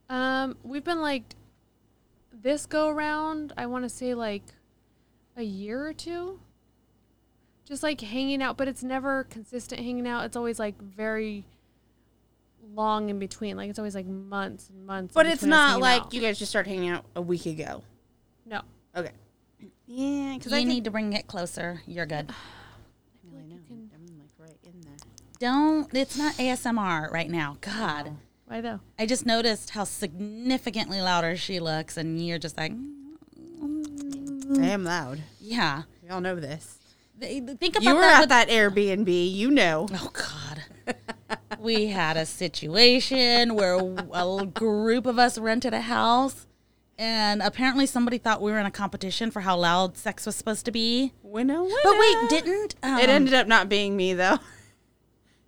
D: um we've been like this go around i want to say like a year or two just like hanging out but it's never consistent hanging out it's always like very long in between like it's always like months and months in
E: But it's
D: between us
E: not
D: hanging
E: like
D: out.
E: you guys just started hanging out a week ago.
D: No.
E: Okay. Yeah, because
F: you
E: I
F: need to bring it closer. You're good.
E: really know. I'm like right in there.
F: Don't. It's not ASMR right now. God.
D: Why though?
F: I just noticed how significantly louder she looks, and you're just like,
E: I am loud.
F: yeah.
E: We all know this.
F: Th- Think about
E: You were
F: that
E: at
F: with
E: that Airbnb. You know.
F: Oh God. we had a situation where a group of us rented a house, and apparently somebody thought we were in a competition for how loud sex was supposed to be.
E: Winnow, winnow.
F: But wait, didn't um,
E: it ended up not being me though.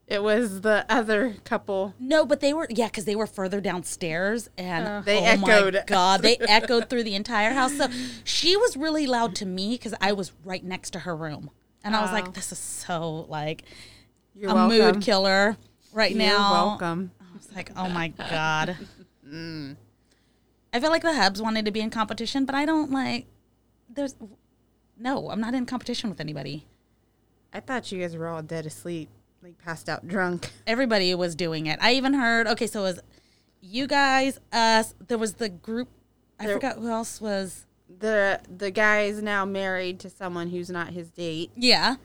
E: It was the other couple.
F: No, but they were yeah, because they were further downstairs, and
E: They
F: oh my
E: echoed.
F: God, they echoed through the entire house. So she was really loud to me because I was right next to her room, and I was like, "This is so like
E: You're
F: a mood killer right
E: You're
F: now."
E: welcome. Mm.
F: It's like, oh my god. I feel like the hubs wanted to be in competition, but I don't like. There's no, I'm not in competition with anybody.
E: I thought you guys were all dead asleep, like passed out drunk.
F: Everybody was doing it. I even heard. Okay, so it was you guys, us. There was the group. I forgot who else was.
E: The the guy is now married to someone who's not his date,
F: Yeah,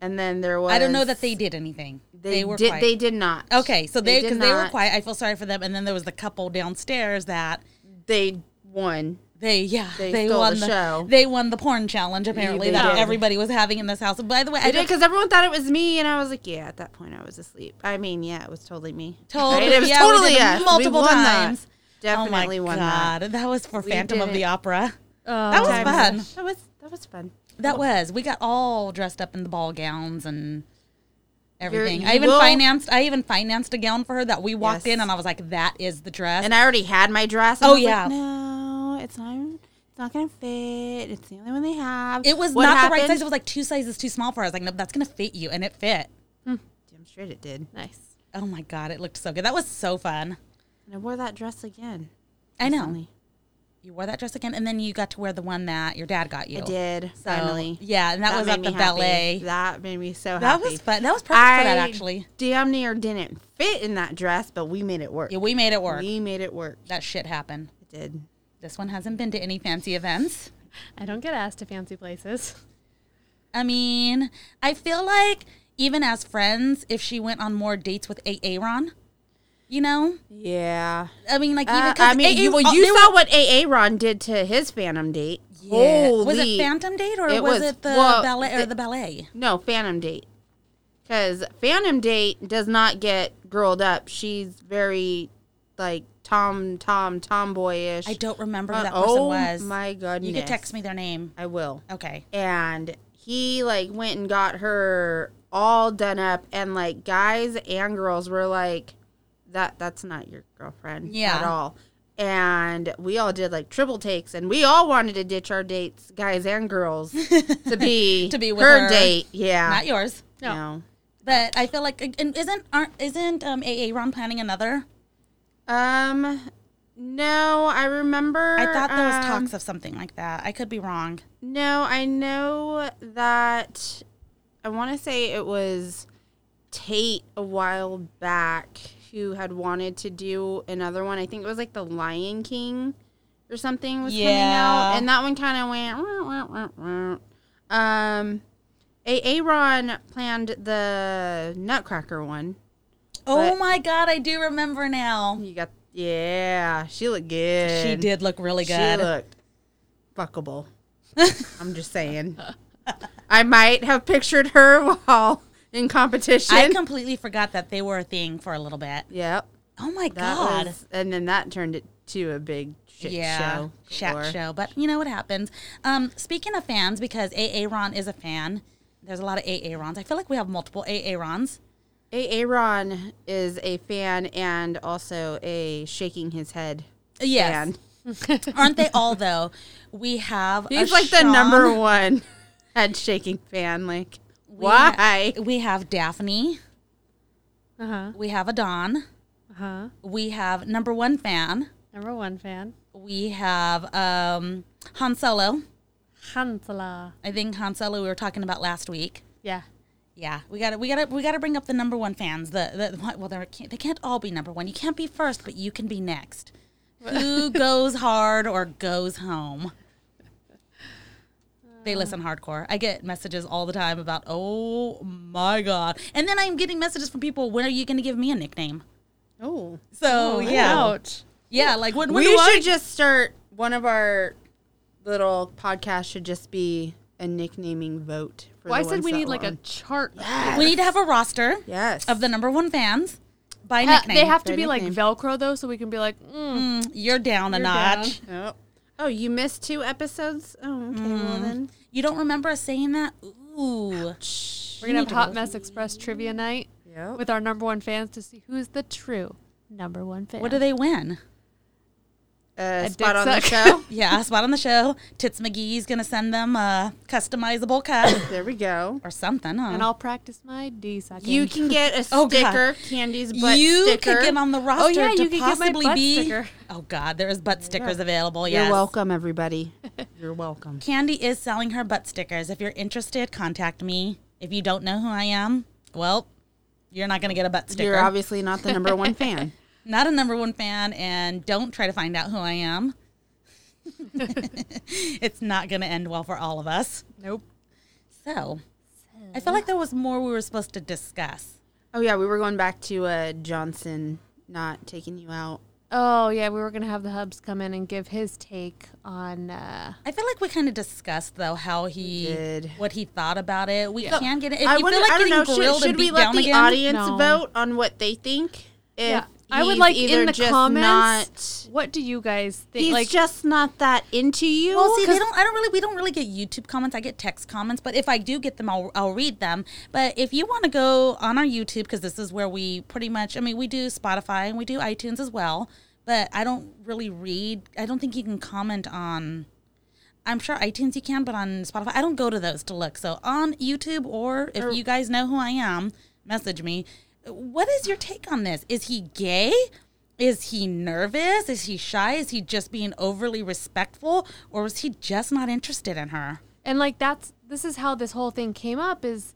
E: and then there was
F: I don't know that they did anything. They,
E: They,
F: were
E: did.
F: quiet.
E: They did not.
F: okay, so they
E: did
F: because they, were
E: not.
F: quiet. I feel sorry for them. And then there was the couple downstairs that
E: They won.
F: They yeah
E: They
F: they,
E: stole
F: won
E: the
F: the,
E: show.
F: They won the porn challenge apparently
E: they
F: that
E: did.
F: everybody was having in this house. By the way,
E: I
F: I
E: did
F: just
E: because everyone thought it was me, and I was like, yeah. At that point, I was asleep. I mean, yeah, it was totally me.
F: told
E: Right? It was
F: yeah, we
E: totally
F: did it
E: us. We
F: multiple
E: won that.
F: times.
E: Definitely
F: oh my
E: won
F: god, that. was for Phantom of
D: did
F: the
D: it.
F: Opera.
D: Oh,
F: that was
E: that.
F: fun.
E: That was that was fun.
F: That was. We got all dressed up in the ball gowns and everything.
E: you
F: I even
E: will-
F: financed. I even financed a gown for her that we walked in,
E: Yes.
F: and I was like, "That is the dress."
E: And I already had my dress. and
F: Oh,
E: I was like,
F: yeah.
E: no, it's not. It's not gonna fit. It's the only one they have.
F: it was
E: What
F: not the right
E: happened?
F: size. It was like two sizes too small for her. I was like, "No, that's gonna fit you," and it fit.
E: Damn straight it did.
D: nice.
F: Oh my god, it looked so good. That was so fun.
E: And I wore that dress again.
F: I know.
E: recently.
F: You wore that dress again, and then you got to wear the one that your dad got you.
E: I did
F: So,
E: finally.
F: Yeah, and that, was
E: made
F: at
E: me
F: the
E: happy.
F: ballet. That,
E: That made me so happy.
F: was fun. That was perfect for that
E: I
F: actually.
E: damn near didn't fit in that dress, but we made it work.
F: Yeah, we made it work.
E: We made it work.
F: that shit happened.
E: It did.
F: This one hasn't been to any fancy events.
D: I don't get asked to fancy places.
F: I mean, I feel like even as friends, if she went on more dates with Aaron, you know,
E: Yeah.
F: I mean, like even
E: Uh,
F: 'cause
E: I mean,
F: AA
E: you,
F: oh,
E: well, you
F: they
E: saw what AA Ron did to his Phantom date.
F: were- Yeah. was
E: Holy-
F: it Phantom Date or
E: It
F: was,
E: was-
F: it the
E: well,
F: ballet or
E: the-
F: the ballet?
E: No, Phantom date. Because Phantom date does not get girled up. She's very like tom tom tomboyish.
F: I don't remember
E: Uh,
F: who that person
E: oh
F: was.
E: my
F: You
E: goodness.
F: could text me their name.
E: I will.
F: Okay.
E: and he like went and got her all done up and like guys and girls were like that that's not your girlfriend
F: Yeah.
E: at all and we all did like triple takes and we all wanted to ditch our dates guys and girls to be
F: To be with her.
E: date yeah
F: Not yours.
E: no.
F: But I feel like and isn't aren't isn't um AA Ron planning another?
E: um no i remember
F: I thought there was
E: um,
F: talks of something like that. I could be wrong.
E: No, I know that I want to say it was Tate a while back who had wanted to do another one. I think it was like The Lion King or something was coming out,
F: Yeah.
E: and that one kind of went. "Wah, wah, wah, wah." Um, a- Aaron planned the Nutcracker one.
F: Oh
E: But-
F: my god, I do remember now.
E: You got yeah, she looked good.
F: She did look really good.
E: She looked fuckable. I'm just saying. I might have pictured her while in competition.
F: I completely forgot that they were a thing for a little bit.
E: yep.
F: Oh my
E: That
F: god.
E: was, and then that turned it to a big shit
F: yeah,
E: show.
F: chat
E: galore.
F: show. But you know what happens. Um, speaking of fans, because AA Ron is a fan, there's a lot of AA Rons. I feel like we have multiple AA Rons.
E: A- Aaron is a fan and also a shaking his head
F: Uh, Yes,
E: fan.
F: aren't they all though? We have.
E: He's
F: a
E: like the
F: Sean.
E: number one head shaking fan. Like,
F: We
E: why?
F: ha- we have Daphne.
D: Uh
E: Uh-huh.
D: huh.
F: We have a Don.
D: Uh huh.
F: We have number one fan.
D: Number one fan,
F: We have um, Han Solo.
D: Hansela.
F: I think Han Solo we were talking about last week.
D: Yeah.
F: Yeah, we got to we got to we got to bring up the number one fans. The, the the- well, they can't they can't all be number one. You can't be first, but you can be next. Who goes hard or goes home? They listen hardcore. I get messages all the time about, oh my god, and then I'm getting messages from people. When are you going to give me a nickname?
E: Oh.
F: So yeah,
D: Ouch.
F: yeah, like when, when
E: we
F: do
E: should
F: I?
E: just start one of our little podcasts should just be a nicknaming vote for
D: Well, I
E: the
D: said
E: ones
D: we
E: that
D: need
E: were
D: like a
E: on.
D: chart
F: we need to have a roster
E: yes
F: of the number one fans by
D: Uh,
F: nickname.
D: they have to
E: Their
D: be like
E: nickname.
D: Velcro though, so we can be like, mm,
F: You're down a
D: You're
F: notch.
E: oh. oh you missed two episodes oh okay well then
F: You don't remember us saying that? Ooh.
D: we're gonna have Hot Mess Express trivia night
E: yeah
D: with our number one fans to see who's the true number one fan.
F: What do they win?
E: uh,
D: dick
E: spot on the
D: suck.
E: show
F: Yeah, a spot on the show. Tits McGee's gonna send them a customizable cup
E: there we go
F: or something. Huh?
D: And I'll practice my D sucking.
E: you can get a
F: Oh, God.
E: sticker candy's butt
F: you
E: sticker
F: could get on the roster
D: Oh, yeah,
F: to
D: you could get my
F: possibly
D: butt
F: be.
D: sticker.
F: Oh God, there is butt stickers available.
E: you're
F: Yes.
E: welcome everybody you're welcome
F: Candy is selling her butt stickers. If you're interested, contact me. If you don't know who I am, well, you're not gonna get a butt sticker.
E: you're obviously not the number one fan
F: not a number one fan and don't try to find out who I am. it's not going to end well for all of us.
D: Nope.
F: So, I feel like there was more we were supposed to discuss.
E: oh yeah we were going back to uh, johnson not taking you out
D: Oh yeah, we were gonna have the hubs come in and give his take on. Uh,
F: I feel like we kind of discussed though how he
E: did.
F: what he thought about it. We can get it. If
E: I
F: you
E: wouldn't-
F: feel like
E: I don't
F: getting
E: know.
F: grilled
E: Should, should
F: and
E: we
F: beat
E: let
F: down
E: the
F: again,
E: audience
D: No.
E: vote on what they think? If
D: Yeah. I would
E: he's
D: like in
E: either
D: the
E: just
D: comments.
E: not-
D: what do you guys think?
E: He's
D: like,
E: just not that into you.
F: Well, see, they
E: 'cause
F: don't. I don't really. We don't really get YouTube comments. I get text comments, but if I do get them, I'll, I'll read them. But if you want to go on our YouTube, because this is where we pretty much. I mean, we do Spotify and we do iTunes as well. But I don't really read. I don't think you can comment on. I'm sure iTunes you can, but on Spotify, I don't go to those to look. So on YouTube, or
D: Er
F: if you guys know who I am, message me. What is your take on this? Is he gay? Is he nervous? Is he shy? Is he just being overly respectful? Or is he just not interested in her?
D: and like that's this is how this whole thing came up. Is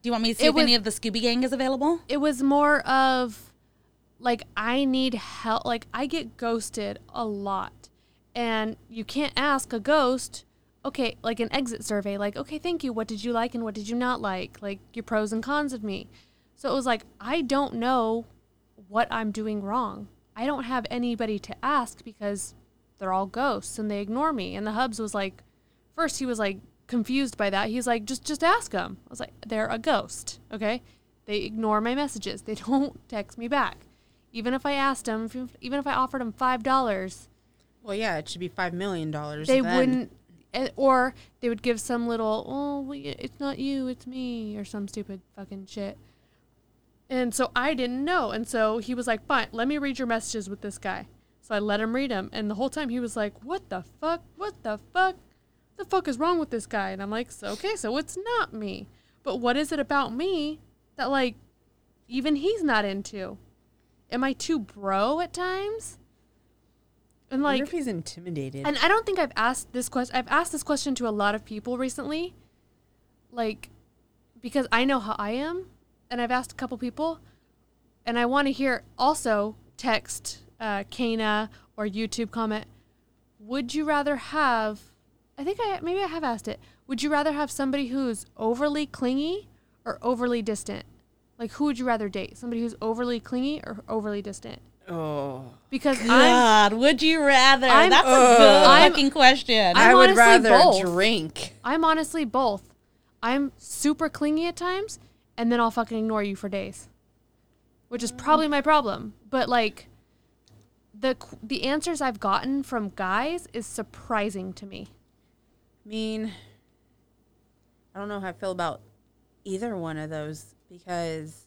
F: Do you want me to see
D: It
F: if
D: was-
F: any of the Scooby Gang is available?
D: it was more of like I need help. Like I get ghosted a lot, and you can't ask a ghost. Okay, like an exit survey, like, okay, thank you. What did you like and what did you not like? Like your pros and cons of me. So it was like, I don't know what I'm doing wrong. I don't have anybody to ask because they're all ghosts and they ignore me. And the hubs was like, first he was like confused by that. He's like, just just ask them. I was like, they're a ghost, okay? They ignore my messages. They don't text me back, even if I asked them. If, even if I offered them five dollars,
E: Well, yeah, it should be five million dollars.
D: they
E: then.
D: wouldn't. eh, Or they would give some little, oh, we, it's not you, it's me, or some stupid fucking shit. And so I didn't know. And so he was like, fine, let me read your messages with this guy. So I let him read them. And the whole time he was like, what the fuck? What the fuck? The fuck is wrong with this guy? And I'm like, so, okay, so it's not me. But what is it about me that, like, even he's not into? Am I too bro at times? And
E: I
D: like,
E: wonder if he's intimidated.
D: and I don't think I've asked this question. I've asked this question to a lot of people recently, like because I know how I am, and I've asked a couple people, and I want to hear also text uh, Kana or YouTube comment. Would you rather have? I think I maybe I have asked it. Would you rather have somebody who's overly clingy or overly distant? Like who would you rather date? Somebody who's overly clingy or overly distant?
E: oh,
D: Because I'm
F: God, would you rather?
D: I'm-
F: That's a
D: Ugh.
F: good
D: I'm-
F: fucking question.
D: I'm
E: I would
D: honestly
E: rather
D: both.
E: drink.
D: I'm honestly both. I'm super clingy at times, and then I'll fucking ignore you for days, which is probably my problem. But like, the qu- the answers I've gotten from guys is surprising to me.
E: I mean, I don't know how I feel about either one of those because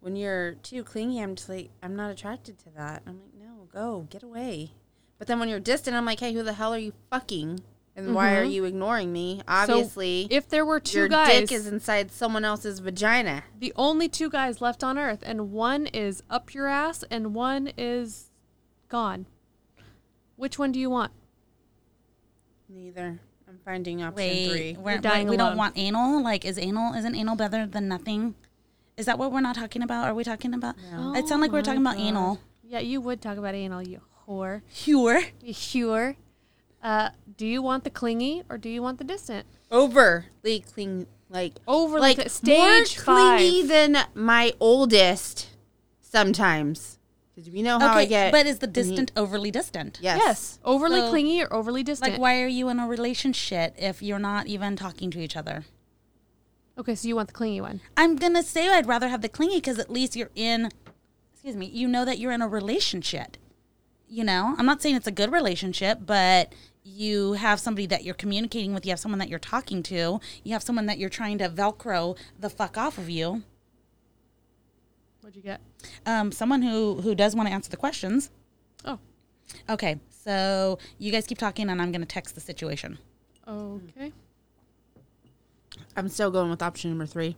E: when you're too clingy, I'm just like, I'm not attracted to that. I'm like, no, go, get away. But then when you're distant, I'm like, hey, who the hell are you fucking? And why are you ignoring me?
D: Mm-hmm. So
E: Obviously,
D: if there were two
E: your
D: guys,
E: dick is inside someone else's vagina.
D: the only two guys left on Earth, and one is up your ass, and one is gone. Which one do you want?
E: Neither. I'm finding option
F: Wait,
E: 3
F: we're,
D: You're dying
F: wait, we don't
D: alone.
F: want anal. Like, is anal isn't anal better than nothing? Is that what we're not talking about? Are we talking about?
D: Oh
F: It sounded like we we're talking about anal.
D: Yeah, you would talk about anal, you whore.
F: Pure.
D: You whore. Uh, do you want the clingy or do you want the distant?
E: overly cling like
D: Overly
E: like
D: cli-
E: more
D: stage
E: clingy
D: five.
E: than my oldest sometimes because we
D: Oh,
E: know how I get
F: But is the distant overly distant?
E: yes
D: Yes. Overly
F: So-
D: clingy or overly distant.
F: Like, why are you in a relationship if you're not even talking to each other?
D: Okay, so you want the clingy one.
F: I'm gonna say I'd rather have the clingy because at least you're in. Excuse me. You know that you're in a relationship. You know, I'm not saying it's a good relationship, but you have somebody that you're communicating with. You have someone that you're talking to. You have someone that you're trying to velcro the fuck off of you.
D: What'd you get?
F: Um, someone who who does want to answer the questions.
D: Oh.
F: Okay, so you guys keep talking, and I'm gonna text the situation.
D: Oh, Okay.
E: I'm still going with option number three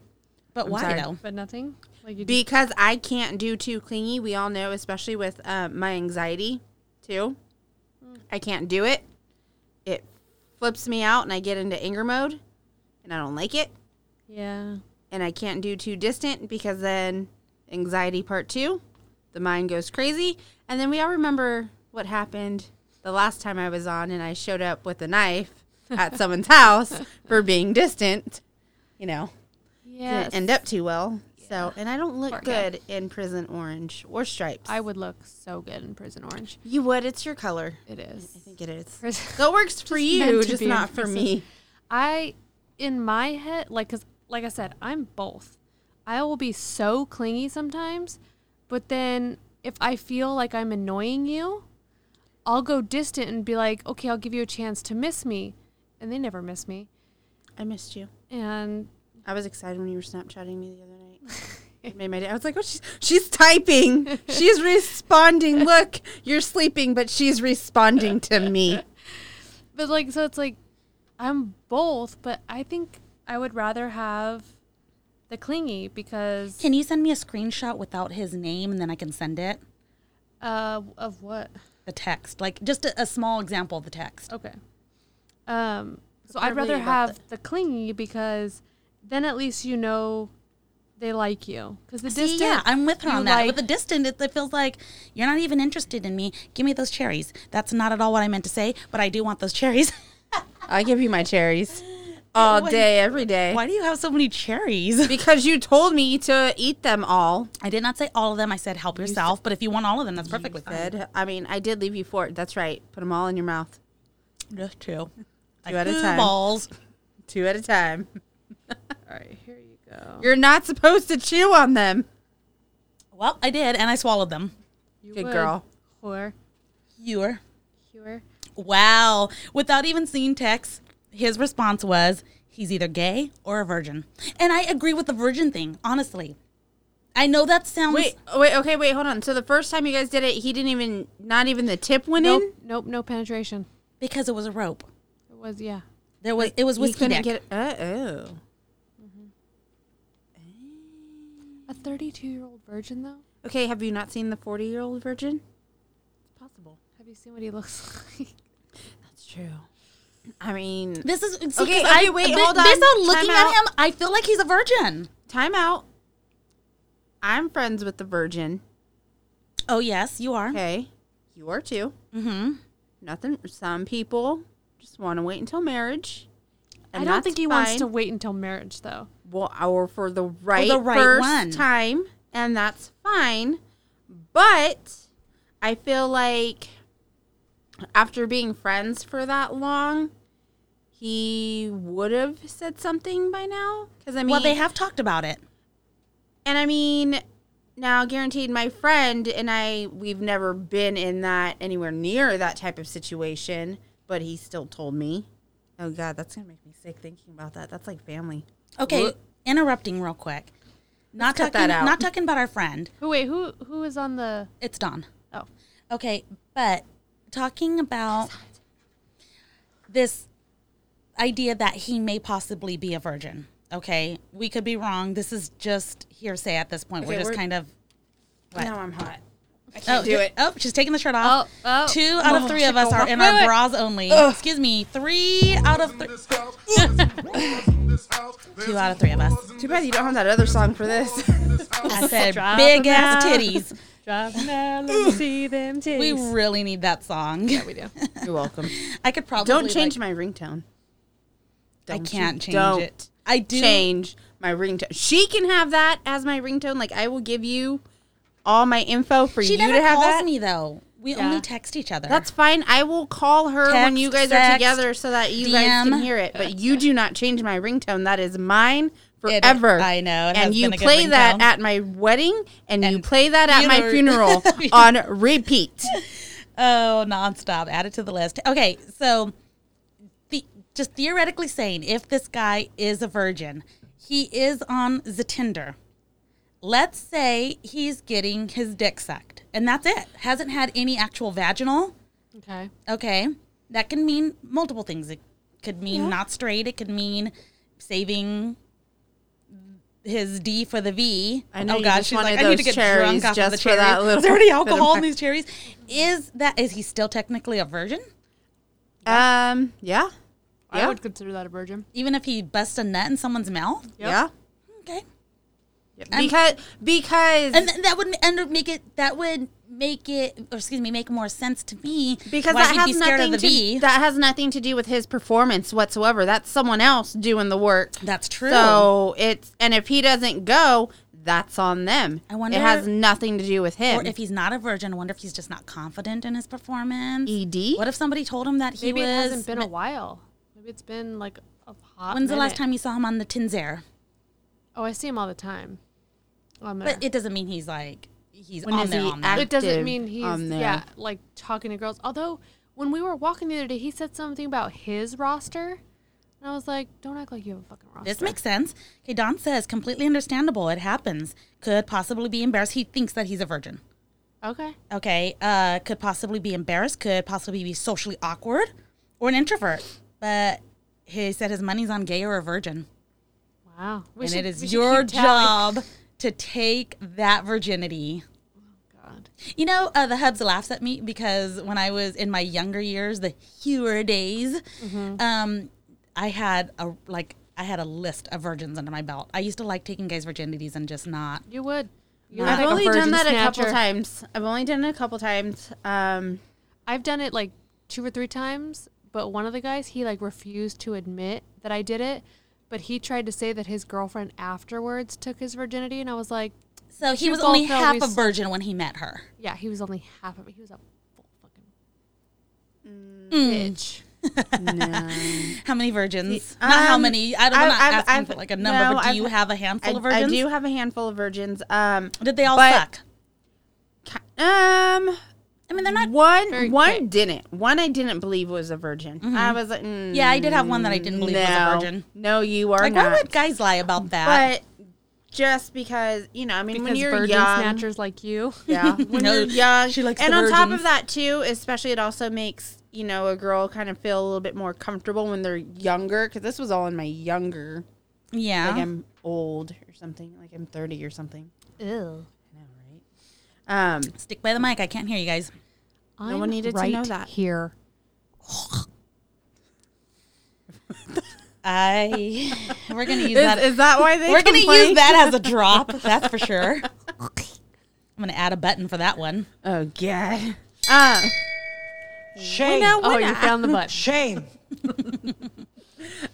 F: But why
E: sorry.
F: though?
D: But nothing? Like you just
E: because I can't do too clingy we all know especially with uh, my anxiety too I can't do it it flips me out and I get into anger mode and I don't like it
D: Yeah.
E: and I can't do too distant because then anxiety part two, the mind goes crazy. And then we all remember what happened the last time I was on and I showed up with a knife at someone's house for being distant. You know,
D: Yeah.
E: didn't end up too well. So, and I don't look
D: Poor guy.
E: good in prison orange or stripes.
D: I would look so good in prison orange.
E: you would, it's your color.
D: It is.
E: I think it is.
D: Prison-
E: That works for you,
D: meant to
E: just
D: be in
E: not for me.
D: I, in my head, like, cause, like I said, I'm both. I will be so clingy sometimes, but then if I feel like I'm annoying you, I'll go distant and be like, okay, I'll give you a chance to miss me. And they never miss me.
E: I missed you.
D: And
E: I was excited when you were Snapchatting me the other night. It made my day. I was like, oh, she's, she's typing. She's responding. Look, you're sleeping, but she's responding to me.
D: But like, so it's like, I'm both, but I think I would rather have the clingy because
F: Can you send me a screenshot without his name and then I can send it?
D: uh, of what?
F: The text, like just a, a small example of the text.
D: Okay. Um, so I'd
E: partly
D: rather
E: about
D: have the clingy because then at least you know they like you because the
F: See,
D: distance.
F: yeah, I'm with her
D: you
F: on that.
D: like-
F: with the distant, it, it feels like you're not even interested in me. Give me those cherries. That's not at all what I meant to say, but I do want those cherries.
E: I give you my cherries all day, every day.
F: Why do you have so many cherries?
E: Because you told me to eat them all.
F: I did not say all of them. I said help yourself, but if you want all of them, that's perfectly fine.
E: Good. I mean, I did leave you for it. That's right. Put them all in your mouth,
F: Just two. Like
E: Two at a
F: two
E: time.
F: balls.
E: two at a time.
D: All right, here you go.
E: You're not supposed to chew on them.
F: Well, I did, and I swallowed them.
D: You
E: Good
D: would.
E: girl.
D: Whore.
F: You were.
D: Whore.
F: Wow. Without even seeing text, his response was, he's either gay or a virgin. And I agree with the virgin thing, honestly. I know that sounds.
E: Wait, wait, okay, wait, hold on. So the first time you guys did it, he didn't even, not even the tip went
D: Nope,
E: in.
D: nope, no penetration.
F: Because it was a rope.
D: It was yeah.
F: There was it was
E: We
F: whiskey
E: couldn't
F: dick.
E: get. Uh oh.
D: A 32 year old virgin though.
E: Okay, have you not seen the forty-year-old virgin?
D: It's possible. Have you seen what he looks like?
E: That's true. I mean,
F: This is see,
E: Okay,
F: 'cause
E: okay,
F: I,
E: wait,
F: thi-
E: hold on.
F: Based on looking
E: Time
F: at
E: out.
F: him, I feel like he's a virgin.
E: time out. I'm friends with the virgin.
F: Oh yes, you are.
E: Okay, you are too.
F: Mm-hmm.
E: Nothing. Some people just want to wait until marriage.
D: I
E: and
D: don't
E: that's
D: think he wants
E: fine.
D: to wait until marriage though.
E: well, or for the right,
F: right
E: first
F: one.
E: time, and that's fine. But I feel like after being friends for that long, he would have said something by now. Because I mean,
F: Well, they have talked about it.
E: and I mean, now guaranteed, my friend and I, we've never been in that anywhere near that type of situation, but he still told me. Oh God, that's gonna make me sick thinking about that. That's like family.
F: Okay,
E: Whoop.
F: interrupting real quick. Not
E: cut
F: talking.
E: that out.
F: Not talking about our friend.
D: Who wait? Who who is on the?
F: It's Dawn.
D: Oh,
F: Okay, but talking about this idea that he may possibly be a virgin. Okay, we could be wrong. This is just hearsay at this point.
E: Okay,
F: we're just
E: we're-
F: kind of What?
E: Now I'm hot.
F: oh, do
E: it.
F: Oh, she's taking the shirt off.
D: Oh, oh.
F: Two out of three of us are in
D: Wait, wait.
F: our bras only. Excuse me, three out of three.
C: Two
F: out of three of us.
E: Too bad you don't have that other song for this.
F: I said
D: Drop
F: big
D: them
F: ass
D: out.
F: titties.
D: drive now, let me see them titties.
F: We really need that song.
D: we do.
E: You're welcome.
F: I could probably
E: Don't change
F: like-
E: my ringtone.
F: I
E: Don't you-
F: can't change
E: don't
F: it. I do.
E: Change my ringtone. She can have that as my ringtone. Like I will give you all my info for
F: She
E: you to
F: never
E: have
F: calls
E: that.
F: me though. We only text each other.
E: That's fine. I will call her when you guys
F: Text,
E: are
F: text,
E: together so that you guys
F: DM.
E: can hear it. But you do not change my ringtone. That is mine
F: It-
E: forever.
F: I know.
E: and
F: It has
E: you
F: been a good
E: play that
F: ringtone.
E: at my wedding, and, you play that at my
F: funeral.
E: funeral on repeat.
F: Oh, nonstop. Add it to the list. Okay, so the, just theoretically saying, if this guy is a virgin, he is on the Tinder. Let's say he's getting his dick sucked, and that's it. Hasn't had any actual vaginal.
D: Okay.
F: Okay, that can mean multiple things. It could mean not straight. It could mean saving his D for the V.
E: I know
F: Oh
E: you
F: God,
E: just
F: she's
E: wanted
F: like, I need to
E: those
F: get
E: cherries
F: drunk off of the
E: just for that
F: cherries.
E: little
F: Is there any
E: bit of
F: alcohol in
E: mar-
F: these cherries? Is that is he still technically a virgin?
E: Um. Yeah. Yeah.
D: I would consider that a virgin.
F: Even if he busts a nut in someone's mouth?
E: Yeah.
F: Okay.
E: Because because
F: And th- that would and make it that would make it or excuse me, make more sense to me.
E: because
F: why
E: that
F: he'd
E: has
F: be scared
E: nothing
F: of the
E: to
F: bee.
E: that has nothing to do with his performance whatsoever. That's someone else doing the work.
F: That's true.
E: So it's and if he doesn't go, that's on them.
F: I wonder-
E: It has nothing to do with him.
F: or if he's not a virgin, I wonder if he's just not confident in his performance.
E: ED?
F: What if somebody told him that he
D: Maybe
F: was?
D: it hasn't been a while. Maybe it's been like a hot.
F: When's the last
D: minute.
F: time you saw him on the Tinzer?
D: Oh, I see him all the time. On there.
F: But it doesn't mean he's like he's
E: When
F: on
E: is
F: there
E: he
F: on there.
E: act-
D: It doesn't
E: active
D: mean he's
E: on there.
D: yeah, like talking to girls. Although when we were walking the other day, he said something about his roster, and I was like, "Don't act like you have a fucking roster."
F: This makes sense. Okay, Don says completely understandable. It happens. Could possibly be embarrassed. He thinks that he's a virgin.
D: okay.
F: Okay, uh, could possibly be embarrassed. Could possibly be socially awkward or an introvert. But he said his money's on gay or a virgin,
D: Wow, we
F: and
D: should-
F: it
D: we
F: is
D: should
F: your
D: keep tally.
F: job to take that virginity.
D: God.
F: You know, uh, the hubs laughs at me because when I was in my younger years, the hewer days,
E: Mm-hmm.
F: um, I had a like I had a list of virgins under my belt. I used to like taking guys' virginities and just not.
D: You would. You're
E: I've
D: like a
E: only done
D: virgin
E: that a couple
D: snatcher.
E: times. I've only done it a couple times. Um,
D: I've done it like two or three times, but one of the guys, he like refused to admit that I did it, but he tried to say that his girlfriend afterwards took his virginity, and I was like,
F: So he
D: You
F: was
D: both
F: only
D: know
F: half
D: we
F: a
D: s-
F: virgin when he met her.
D: yeah, he was only half of it. He was a full fucking
E: Mm.
D: Mm. bitch.
F: How many virgins? not how
E: Um,
F: many. I don't. I'm
E: I've-
F: not
E: I've-
F: asking
E: I've-
F: for like a number.
E: no,
F: but do
E: I've-
F: you have a handful
E: I,
F: of virgins?
E: I do have a handful of virgins. Um,
F: Did they all
E: but-
F: suck?
E: ki- um,
F: I mean, they're not.
D: very
E: one one
D: quick.
E: didn't. One I didn't believe was a virgin. I was like, mm,
F: Mm-hmm. Yeah, I did have one that I didn't believe
E: no,
F: was a virgin.
E: No, you are
F: Like,
E: not.
F: why would guys lie about that?
E: but just because you know, I mean, when
D: Because
E: you're
D: virgin
E: young,
D: snatchers like you.
E: Yeah, when
F: No,
E: you're young,
F: she likes
E: and
F: the
E: on top
F: virgins.
E: of that too, especially it also makes you know a girl kind of feel a little bit more comfortable when they're younger. Because this was all in my younger,
F: yeah.
E: like I'm old or something, like I'm thirty or something.
D: Ew.
E: Um,
F: Stick by the mic. I can't hear you guys.
D: i
E: No one needed to
D: right
E: know that.
D: here.
F: I. We're gonna use
E: is,
F: that.
E: is that why they?
F: We're gonna
E: complain?
F: use that as a drop. That's for sure. I'm gonna add a button for that one.
E: Oh god. Um,
G: Shame.
E: no,
D: Oh,
E: we're
D: you
E: not.
D: found the butt.
G: Shame.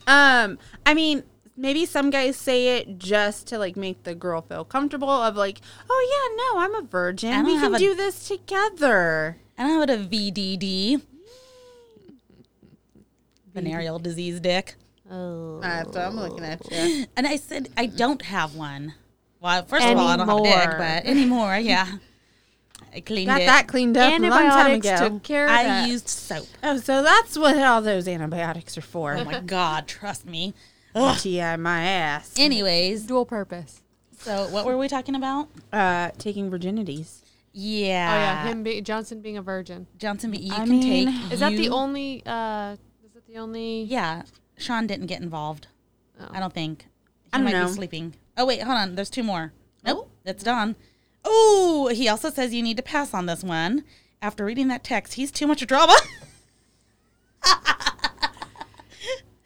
E: Um, I mean, maybe some guys say it just to like make the girl feel comfortable. Of like, oh yeah, no, I'm a
F: I
E: virgin.
F: don't
E: We can
F: have a-
E: do this together.
F: I don't have a VDD. Venereal disease, dick.
E: That's what I'm looking at you.
F: And I said I don't have one. Well, first of all, I don't have a dick,
D: Anymore.
F: but anymore, yeah. I cleaned
E: Got
F: it.
E: that cleaned up a long time
D: Antibiotics
E: ago.
D: took care of
F: I
D: that.
F: used soap.
E: Oh, so that's what all those antibiotics are for.
F: Oh my god, trust me.
E: TI my ass.
F: Anyways,
D: Dual purpose.
F: so what were we talking about?
E: Uh, taking virginities.
F: Yeah.
D: Oh yeah, him be- Johnson being a virgin.
F: Johnson, but you
E: I
F: can
E: mean-
F: take.
D: Is that the
F: you-
D: only? uh Is that the only?
F: Yeah, Sean didn't get involved.
D: Oh.
F: I don't think. He
E: I don't
F: might
E: know.
F: be sleeping. Oh wait, hold on. There's two more. Nope, that's Don. Oh, he also says you need to pass on this one. After reading that text, he's too much drama.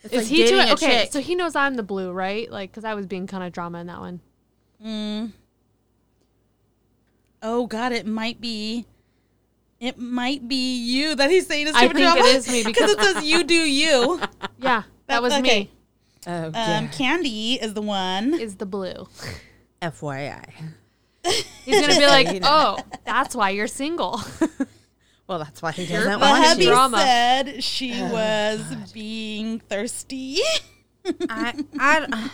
E: It's
D: Is
E: like
D: he too?
E: dating a
D: Okay,
E: chick.
D: so he knows I'm the blue, right? Like, because I was being kind of drama in that one.
F: oh God, it might be. It might be you that he's saying is too
D: I
F: much
D: think it
F: drama.
D: is me
F: because it says you do you.
D: Yeah, that was
F: Okay.
D: me.
E: Oh,
F: Um,
E: yeah.
F: Candy is the one.
D: Is the blue?
E: FYI.
D: He's gonna be like, oh, that's why you're single.
E: Well, that's why he doesn't
F: The
E: want
F: hubby
E: you.
D: drama.
F: said she was being thirsty.
E: I, I,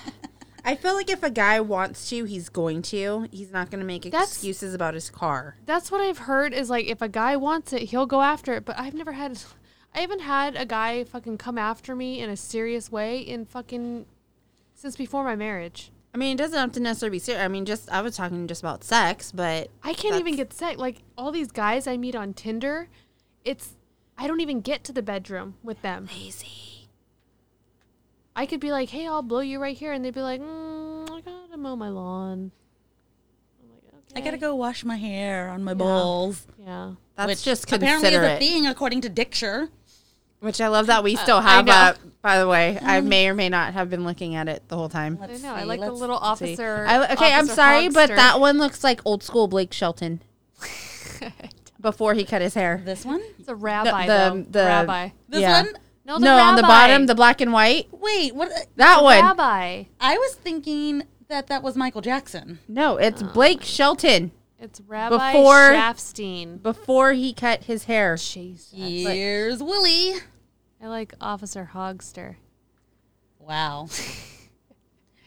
E: I feel like if a guy wants to, he's going to. He's not going to make
D: That's-
E: excuses about his car.
D: that's what I've heard. Is like, if a guy wants it, he'll go after it. But I've never had, I haven't had a guy fucking come after me in a serious way in fucking since before my marriage.
E: I mean, it doesn't have to necessarily be serious. I mean, just I was talking just about sex, but
D: I can't even get sex. Like all these guys I meet on Tinder, it's I don't even get to the bedroom with them. Lazy. I could be like, "Hey, I'll blow you right here," and they'd be like, mm, "I gotta mow my lawn." I'm like,
F: I
D: okay.
F: gotta go wash my hair on my balls.
D: Yeah.
E: that's
F: which
E: just
F: apparently is a
E: considerate.
F: thing according to Dicture.
E: Which I love that we still
D: I
E: have
D: know.
E: up. By the way, I may or may not have been looking at it the whole time.
D: I
F: Let's
D: know. I
F: see,
D: like the
F: let's
D: little
E: See.
D: officer.
E: I- okay, I'm
D: officer
E: sorry, but
D: Hogster.
E: that one looks like old school Blake Shelton before he cut his hair.
F: This one?
D: it's a rabbi.
E: the-
D: though.
E: the-
D: rabbi.
F: This
E: Yeah.
F: one?
D: No, the
E: no, on the
D: rabbi.
E: bottom, the black and white.
F: Wait, what?
E: That one.
D: rabbi.
F: I was thinking that that was Michael Jackson.
E: No, it's
D: Oh,
E: Blake Shelton
D: It's Rabbi
E: Before-
D: Shafstein.
E: before he cut his hair.
D: Jesus.
F: Here's Willie.
D: I like Officer Hogster.
F: Wow.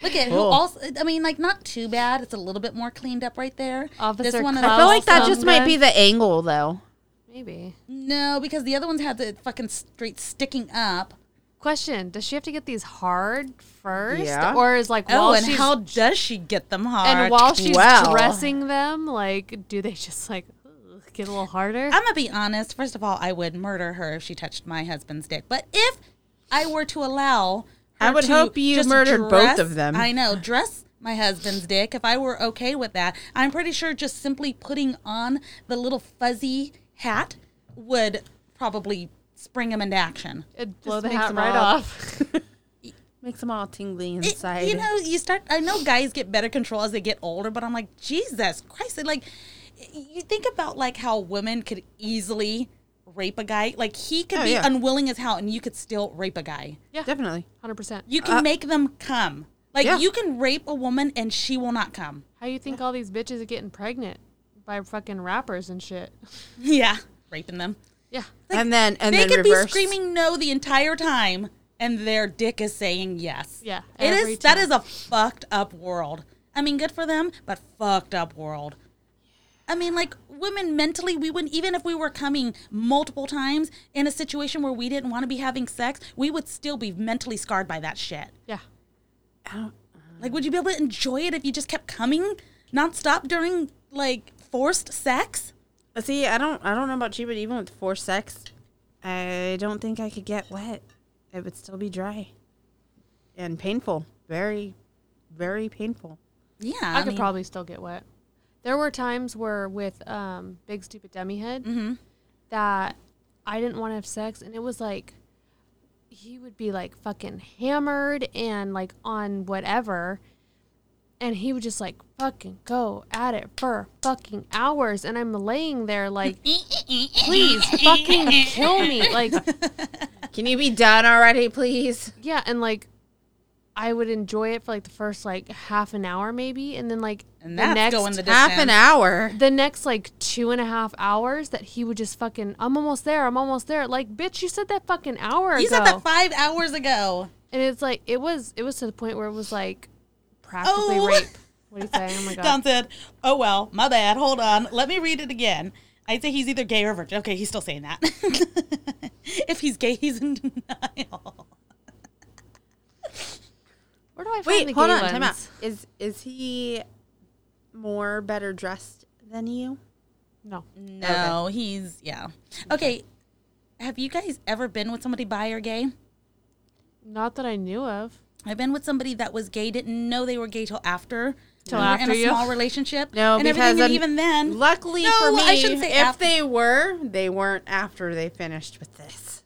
F: Look at who
A: Cool.
F: also. I mean, like not too bad. It's a little bit more cleaned up right there.
D: Officer
F: of
D: Klaus.
E: I
F: those-
E: feel like that just might
D: Someday.
E: be the angle, though.
D: Maybe.
F: no, because the other ones had the fucking straight sticking up.
D: Question: Does she have to get these hard first,
E: Yeah.
D: or is like
F: Oh,
D: while
F: and
D: she's
F: how does she get them hard?
D: and while she's
E: Well.
D: dressing them, like do they just like ugh, get a little harder?
F: I'm gonna be honest. First of all, I would murder her if she touched my husband's dick. But if I were to allow, her
E: I would
F: to
E: hope you
F: just
E: murdered both
F: dress-
E: of them.
F: I know dress my husband's dick. If I were okay with that, I'm pretty sure just simply putting on the little fuzzy hat would probably spring him into action.
D: It'd blow
E: Just
D: the
E: makes
D: hat
E: them
D: right
E: all-
D: off.
E: Makes them all tingly
F: It-
E: inside.
F: Eh, you know, you start. I know guys get better control as they get older, but I'm like, Jesus Christ! And like, you think about like how women could easily rape a guy. Like he could
E: Oh,
F: be
E: yeah.
F: unwilling as hell, and you could still rape a guy.
D: yeah,
E: Definitely.
D: hundred percent.
F: You can make them come. Like
E: Uh, Yeah.
F: you can rape a woman and she will not come.
D: How you think all these bitches are getting pregnant by fucking rappers and shit?
F: Yeah, raping them.
D: Yeah,
E: and then and
F: they
E: then
F: could
E: reverse.
F: be screaming no the entire time, and their dick is saying yes.
D: Yeah,
F: it
D: every
F: is. That
D: time.
F: is a fucked up world. I mean, good for them, but fucked up world. I mean, like women mentally, we wouldn't even if we were coming multiple times in a situation where we didn't want to be having sex, we would still be mentally scarred by that shit.
D: yeah.
F: Like, would you be able to enjoy it if you just kept coming nonstop during like forced sex?
E: See, I don't I don't know about you, but even with forced sex, I don't think I could get wet. It would still be dry. And painful. Very, very painful.
F: Yeah,
D: I, could
F: mean,
D: probably still get wet. There were times where with um, Big Stupid Dummy Head
F: Mm-hmm.
D: that I didn't want to have sex, and it was like he would be like fucking hammered and like on whatever, and he would just like fucking go at it for fucking hours, and I'm laying there like, please fucking kill me, like
E: Can you be done already, please?
D: yeah, and like. I would enjoy it for like the first like half an hour maybe, and then like
F: And that's
D: the next
F: going the distance.
E: Half an hour.
D: the next like two and a half hours that he would just fucking I'm almost there, I'm almost there. Like, bitch, you said that fucking hour
F: You
D: ago.
F: said that five hours ago.
D: and it's like it was it was to the point where it was like practically
F: Oh.
D: rape. What do you say? Oh my god.
F: Don said, "Oh well, my bad. Hold on, let me read it again." I'd say he's either gay or virgin. Okay, he's still saying that. if he's gay, he's in denial.
D: Where do I find
E: Wait,
D: the
E: hold
D: gay
E: on,
D: ones?
E: time out. Is is he more better dressed than you?
D: No.
F: No, he's yeah. Okay, have you guys ever been with somebody bi or gay?
D: Not that I knew of.
F: I've been with somebody that was gay, didn't know they were gay till after.
D: Till
F: We were in
D: after
F: a
D: you.
F: small relationship.
E: No,
F: and
E: because
F: everything, and
E: I'm-
F: even then,
E: Luckily
F: No,
E: for me,
F: I shouldn't say
E: if
F: after.
E: they were, they weren't after they finished with this.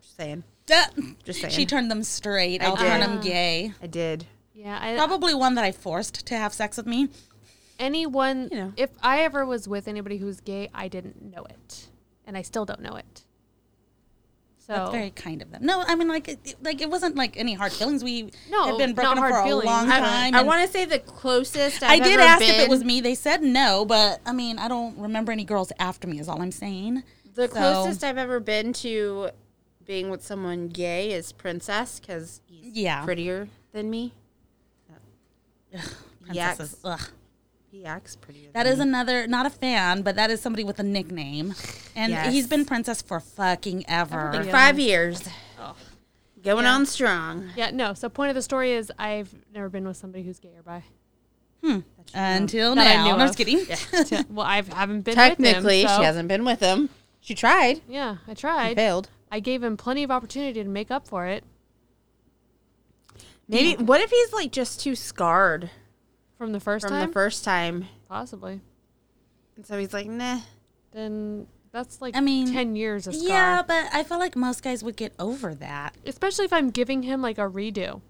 E: Just saying.
F: Duh.
E: Just
F: She
E: saying.
F: turned them straight.
E: I
F: I'll turn
E: did.
F: them gay.
E: I did.
D: Yeah, I
F: Probably one that I forced to have sex with me.
D: anyone
E: You know.
D: if I ever was with anybody who's gay, I didn't know it. And I still don't know it. So
F: That's very kind of them. No, I mean like it, like it wasn't like any hard feelings. We
D: No,
F: have been
D: not
F: broken up
D: hard
F: for
D: feelings.
F: a long
D: I-
F: time.
E: I
F: and
E: want to say the closest I've
F: I did
E: ever
F: ask
E: been,
F: if it was me. They said no, but I mean I don't remember any girls after me. Is all I'm saying.
E: The
F: So-
E: closest I've ever been to being with someone gay is Princess because he's
F: Yeah.
E: prettier than me. He
F: Princesses.
E: acts,
F: Ugh.
E: he acts prettier.
F: That
D: Mm-hmm.
F: is another not a fan, but that is somebody with a nickname, and
E: Yes.
F: he's been princess for fucking ever.
E: than me. five years. Going on strong.
D: yeah, no. So point of the story is I've never been with somebody who's gay or bi.
F: Until
D: That I
F: now,
D: knew
F: I'm just
D: of.
F: kidding.
D: well, I haven't been
E: Technically,
D: with him, so-
E: she hasn't been with him. She tried,
D: Yeah, I tried.
E: failed.
D: I gave him plenty of opportunity to make up for it
E: Maybe. What if he's like just too scarred
D: from the first
E: from
D: time,
E: the first time,
D: possibly.
E: and so he's like, nah.
D: Then that's like
F: I mean,
D: ten years of scar.
F: Yeah, but I feel like most guys would get over that.
D: especially if I'm giving him like a redo.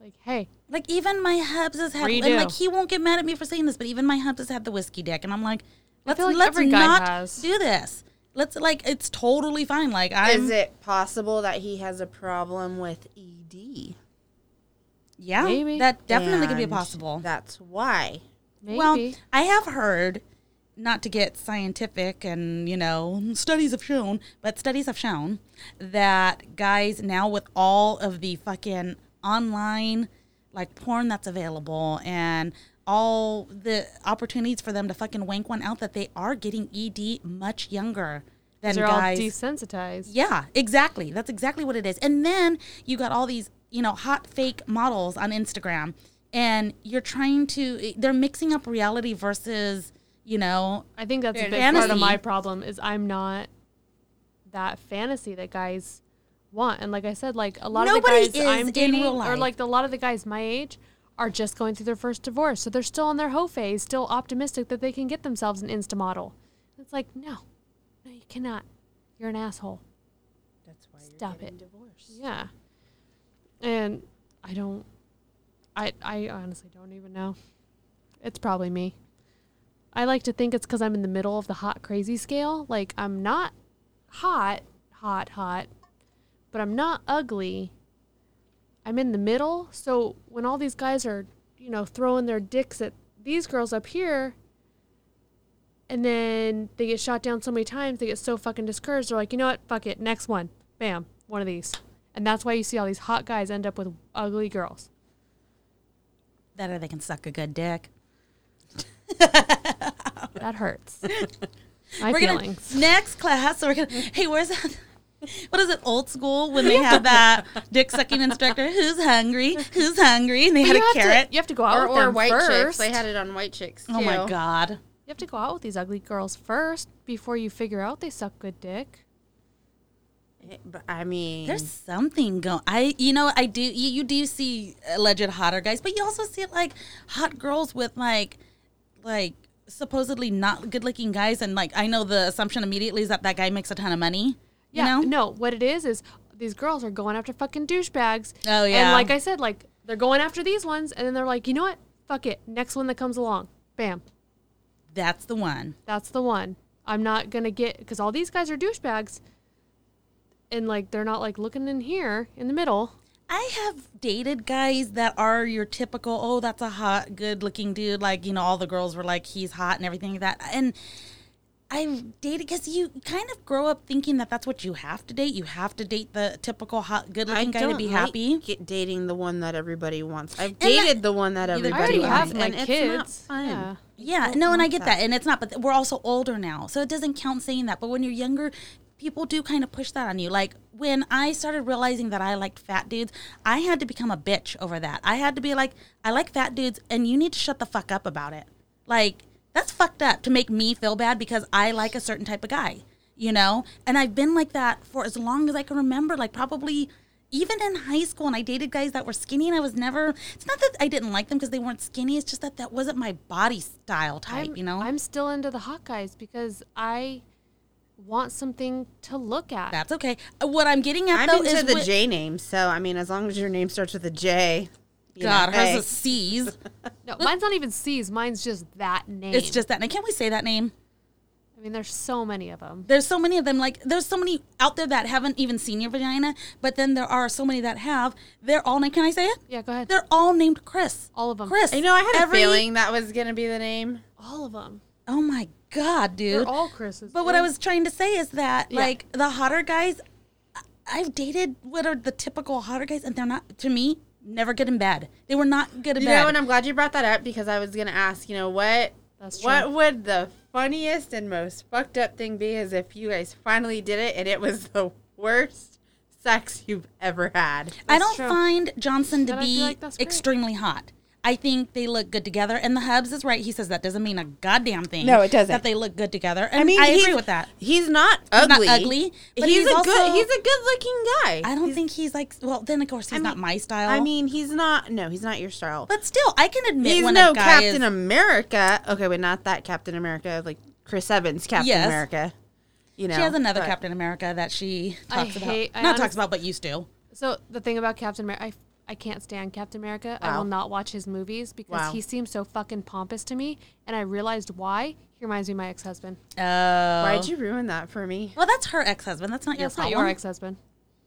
D: Like, hey,
F: Like even my hubs has had,
D: Redo.
F: and like he won't get mad at me for saying this, but even my hubs has had the whiskey dick, and I'm like, let's
D: feel like
F: let's
D: every guy
F: not
D: has.
F: do this. Let's like it's totally fine. Like I'm,
E: Is it possible that he has a problem with E ED?
F: yeah,
D: Maybe.
F: that definitely could be
E: And
F: possible.
E: That's why.
D: maybe.
F: Well, I have heard, not to get scientific and, you know, studies have shown, but studies have shown that guys now with all of the fucking online like porn that's available and all the opportunities for them to fucking wank one out that they are getting ED much younger than
D: They're all
F: guys.
D: desensitized.
F: Yeah, exactly. That's exactly what it is. And then you got all these, you know, hot fake models on Instagram, and you're trying to, they're mixing up reality versus, you know,
D: I think that's a big part of
F: Fantasy.
D: my problem is I'm not that fantasy that guys want. And like I said, like a lot
F: Nobody
D: of the guys I'm
F: is in
D: dating
F: real
D: or
F: life.
D: like the, a lot of the guys my age are just going through their first divorce. So they're still on their hoe phase, still optimistic that they can get themselves an insta model. It's like, no. No, you cannot. You're an asshole. That's why Stop it. Yeah. And I don't I I honestly don't even know. It's probably me. I like to think it's because I'm in the middle of the hot crazy scale. Like I'm not hot, hot, hot, but I'm not ugly. I'm in the middle. So when all these guys are, you know, throwing their dicks at these girls up here, and then they get shot down so many times, they get so fucking discouraged. They're like, you know what? Fuck it. Next one. Bam. One of these. And that's why you see all these hot guys end up with ugly girls.
F: that or they can suck a good dick.
D: That hurts. My
F: we're
D: feelings.
F: gonna next class. So we're gonna. Hey, where's that? What is it? Old school when they had that dick sucking instructor. Who's hungry? Who's hungry? And they
D: But
F: had a
D: you have
F: carrot.
D: To, you have to go out
E: Or,
D: with
E: or
D: them
E: white chicks.
D: first.
E: They had it on white chicks.
F: oh my
E: too.
F: god.
D: you have to go out with these ugly girls first before you figure out they suck good dick.
E: But I mean,
F: There's
D: Mm.
F: something going. I, you know, I do. You, you do see alleged hotter guys, but you also see like hot girls with like, like supposedly not good-looking guys, and like I know the assumption immediately is that that guy makes a ton of money.
D: Yeah.
F: You know?
D: No, what it is is these girls are going after fucking douchebags.
F: Oh,
D: And
F: yeah.
D: like I said, like they're going after these ones, and then they're like, you know what? Fuck it. Next one that comes along, bam.
F: That's the one.
D: That's the one. I'm not gonna get because all these guys are douchebags, and like they're not like looking in here in the middle.
F: I have dated guys that are your typical, oh, that's a hot, good looking dude. Like, you know, all the girls were like, he's hot and everything like that. And I've dated because you kind of grow up thinking that that's what you have to date. You have to date the typical hot, good
E: I
F: looking guy
E: don't
F: to be
E: like
F: happy.
E: Get dating the one that everybody wants. I've dated the one that
F: Either- I
E: everybody
D: I already
E: wants,
D: have my
E: and
D: kids.
E: it's not fun.
D: Yeah.
F: Yeah, no, and I get that. and it's not. But th- we're also older now, so it doesn't count saying that. But when you're younger, people do kind of push that on you. Like when I started realizing that I liked fat dudes, I had to become a bitch over that. I had to be like, I like fat dudes, and you need to shut the fuck up about it. Like that's fucked up to make me feel bad because I like a certain type of guy, you know. And I've been like that for as long as I can remember. Like probably. Even in high school, and I dated guys that were skinny, and I was never. It's not that I didn't like them because they weren't skinny. It's just that that wasn't my body style type,
D: I'm,
F: you know.
D: I'm still into the hot guys because I want something to look at.
F: That's okay. Uh, What I'm getting at
E: I'm
F: though
E: into
F: is
E: the
F: with-
E: J name, so I mean, as long as your name starts with a J, you
F: God,
E: know,
F: hers
E: hey.
F: is C's.
D: No, mine's not even C's. Mine's just that name.
F: It's just that. And can't we say that name?
D: I mean, there's so many of them.
F: There's so many of them. Like there's so many out there that haven't even seen your vagina, but then there are so many that have. They're all named. Can I say it?
D: Yeah, go ahead.
F: They're all named Chris.
D: All of 'em.
F: Chris.
E: You know, I had
F: Every-
E: a feeling that was gonna be the name.
D: All of them.
F: Oh my god, dude.
D: They're all Chris's.
F: But what I was trying to say is that
D: Yeah.
F: like the hotter guys, I- I've dated what are the typical hotter guys, and they're not to me never good in bed. They were not good in
E: You
F: bed.
E: know, and I'm glad you brought that up because I was gonna ask. You know what?
D: That's true.
E: what would the funniest and most fucked up thing be? Is if you guys finally did it and it was the worst sex you've ever had.
F: I don't
D: true.
F: find Johnson to
D: And I feel
F: be
D: like that's great.
F: extremely hot. I think they look good together, and the Hubs is right. He says that doesn't mean a goddamn thing.
E: No, it doesn't.
F: That they look good together. And I mean, I
E: he's-
F: agree with that.
E: He's not
F: He's not
E: ugly.
F: ugly, but
E: he's,
F: he's
E: a good.
F: also-
E: He's a good-looking guy.
F: I don't think he's like. Well, then of course he's not my style.
E: I mean, he's not. No, he's not your style.
F: but still, I can admit
E: he's
F: when
E: no
F: a guy
E: Captain
F: is.
E: America. Okay, wait, not that Captain America. Like Chris Evans, Captain
F: Yes.
E: America. You know,
F: she has another
E: but-
F: Captain America that she
D: I
F: talks about.
D: hate- I
F: not
D: honest-
F: talks about, but used to.
D: so the thing about Captain America, I, f- I can't stand Captain America. I will not watch his movies because
E: Wow.
D: he seems so fucking pompous to me, and I realized why. He reminds me of my ex-husband.
F: Oh.
E: Why'd you ruin that for me?
F: Well, that's her ex-husband. That's not your
D: That's not
F: problem.
D: your ex-husband.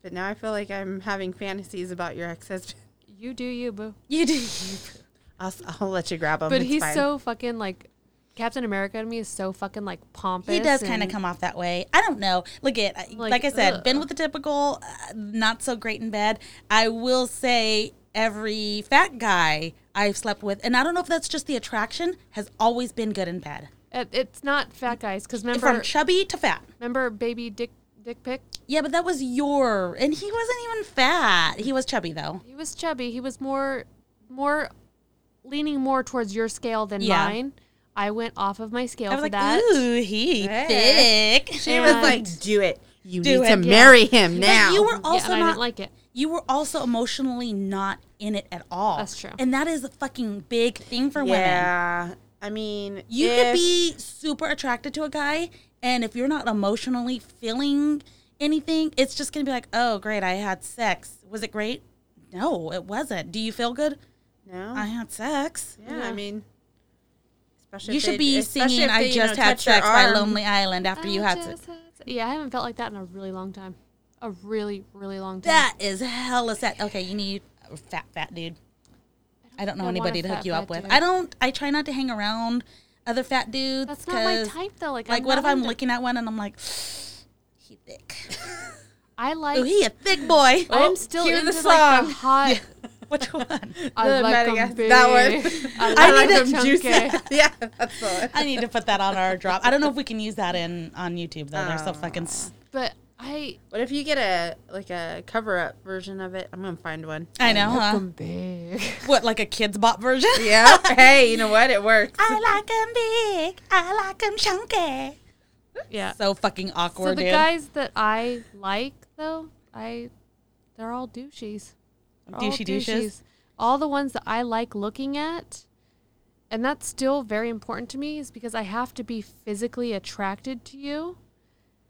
E: But now I feel like I'm having fantasies about your ex-husband.
D: You do you, boo.
F: You do.
E: I'll, I'll let you grab him.
D: But
E: it's
D: he's
E: fine.
D: so fucking like Captain America to me is so fucking like pompous.
F: He does kind of
D: and-
F: come off that way. I don't know. Look at like,
D: Like,
F: like I said,
D: ugh.
F: been with the typical, uh, not so great in bed. I will say every fat guy I've slept with, and I don't know if that's just the attraction, has always been good and bad.
D: It, it's not fat guys because
F: From
D: remember,
F: chubby to fat.
D: remember baby dick dick pic.
F: Yeah, but that was your, and he wasn't even fat. He was chubby though.
D: He was chubby. He was more more leaning more towards your scale than
F: Yeah.
D: mine. I went off of my scale
F: I
D: for
F: was like,
D: that.
F: ooh, he thick.
E: She was
D: And-
E: like, "Do it. You
F: Do
E: need
F: it.
E: to marry him
F: But
E: now."
F: you were
D: Yeah,
F: also
D: and I
F: not
D: didn't like it.
F: you were also emotionally not in it at all.
D: That's true.
F: And that is a fucking big thing for women.
E: yeah. I mean,
F: You
E: if-
F: could be super attracted to a guy, and if you're not emotionally feeling anything, it's just gonna be like, oh, great, I had sex. Was it great? No, it wasn't. Do you feel good?
E: No.
D: Hmm.
F: I had sex.
E: yeah, I mean, especially
F: You
E: if
F: should
E: they-
F: be
E: especially
F: singing
E: if
F: "I
E: they, you
F: Just
E: know,
F: Had
E: touch your
F: Sex" by
E: arm.
F: Lonely Island after you
D: I
F: had
D: just
F: sex.
D: had- Yeah, I haven't felt like that in a really long time. A really, really long time.
F: That is hella sad. Okay, you need a fat, fat dude. I don't know
D: I want
F: anybody
D: a
F: to
D: fat,
F: hook you
D: fat
F: up with.
D: dude.
F: I don't. I try not to hang around other fat dudes.
D: That's not my
F: 'cause,
D: type though. Like,
F: Like,
D: I'm
F: what
D: not
F: if I'm
D: into-
F: looking at one and I'm like, he thick.
D: I like.
F: Oh, he Oh, a thick boy.
D: I'm still
E: hear
D: into
E: the
D: like
E: song.
D: the hot.
F: Which one?
D: I
E: The
D: like 'em
E: Madagascar-
D: big.
E: that one.
D: I like,
F: I need
D: them
F: to
E: juice
D: chunky.
E: it. yeah, that's the one.
F: I need to put that on our drop. I don't know if we can use that in on YouTube though.
D: Ah.
F: They're so fucking. s
D: But I
E: What if you get a like a cover up version of it? I'm gonna find one.
F: I know, huh?
D: am big.
F: What, like a kids' bop version?
E: Yeah. hey, you know what? It works.
F: I like him big. I like him chunky.
D: Yeah. So,
F: So fucking awkward,
D: the
F: dude.
D: guys that I like though, I they're all douches. They're all
F: Douchey douches?
D: douches. All the ones that I like looking at, and that's still very important to me, is because I have to be physically attracted to you.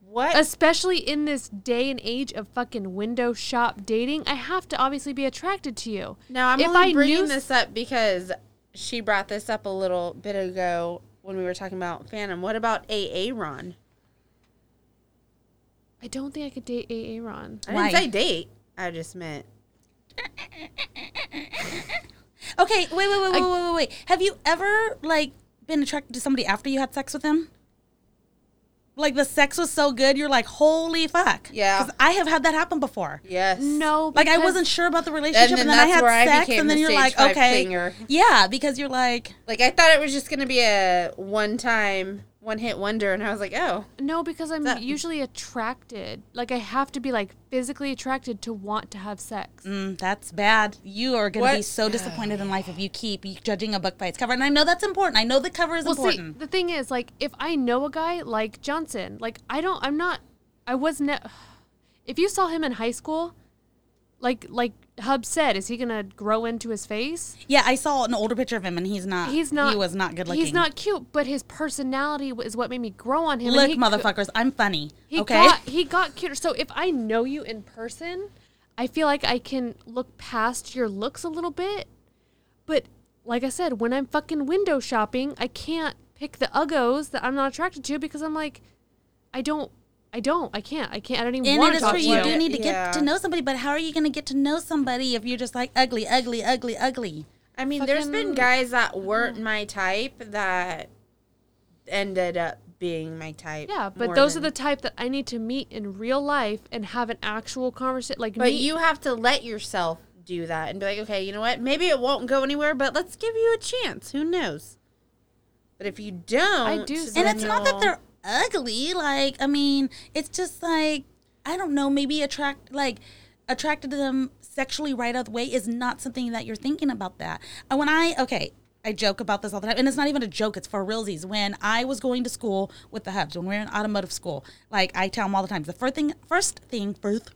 E: What?
D: Especially in this day and age of fucking window shop dating, I have to obviously be attracted to you.
E: Now I'm
D: If
E: only
D: I
E: bringing
D: knew-
E: this up because she brought this up a little bit ago when we were talking about Phantom. What about AA Ron?
D: I don't think I could date Aaron.
E: I
F: Why?
E: didn't say date. I just meant
F: Okay, wait, wait, wait, wait, wait, wait, wait. Have you ever like been attracted to somebody after you had sex with them? Like the sex was so good, you're like, holy fuck.
E: Yeah.
F: Because I have had that happen before.
E: yes.
D: No,
F: Like I
D: because-
F: wasn't sure about the relationship,
E: then
F: and then, I
E: that's
F: had
E: where I
F: sex,
E: became
F: and then
E: the
F: you're
E: stage
F: like,
E: five
F: okay,
E: singer.
F: yeah, because you're like,
E: Like I thought it was just gonna be a one time, one hit wonder, and I was like, oh,
D: No, because I'm
E: That-
D: usually attracted. Like I have to be like physically attracted to want to have sex.
F: mm, that's bad. You are gonna be
E: What?
F: so disappointed in life if you keep judging a book by its cover. And I know that's important. I know the cover is
D: Well,
F: important.
D: see, the thing is, like, if I know a guy like Johnson, like I don't, I'm not, I was ne- If you saw him in high school, like like Hub said, is he gonna grow into his face?
F: yeah, I saw an older picture of him, and he's not.
D: He's not.
F: He was not good looking.
D: He's not cute, but his personality w- is what made me grow on him. and
F: Look,
D: he-
F: motherfuckers, I'm funny.
D: He
F: okay.
D: got he got cuter. So if I know you in person, I feel like I can look past your looks a little bit. But like I said, when I'm fucking window shopping, I can't pick the uggos that I'm not attracted to because I'm like, I don't, I don't, I can't, I can't, I don't even
F: and it
D: want to
F: is
D: talk
F: true.
D: to
F: You
D: you.
F: do need to
E: Yeah.
F: get to know somebody, but how are you going to get to know somebody if you're just like ugly, ugly, ugly, ugly?
E: I mean, there's been
D: Fucking-
E: guys that weren't my type that ended up being my type.
D: yeah, but
E: more
D: those
E: than-
D: are the type that I need to meet in real life and have an actual conversation. Like,
E: But
D: meet-
E: you have to let yourself do that and be like, okay, you know what? Maybe it won't go anywhere, but let's give you a chance. Who knows? But if you don't,
D: do
E: then
F: And it's not that
E: you'll-
F: they're ugly. Like, I mean, it's just like, I don't know, maybe attract, like, attracted to them sexually right out the way is not something that you're thinking about that. And when I, okay, I joke about this all the time, and it's not even a joke, it's for realsies. When I was going to school with the hubs, when we were in automotive school, like, I tell them all the time, the first thing, first thing, first,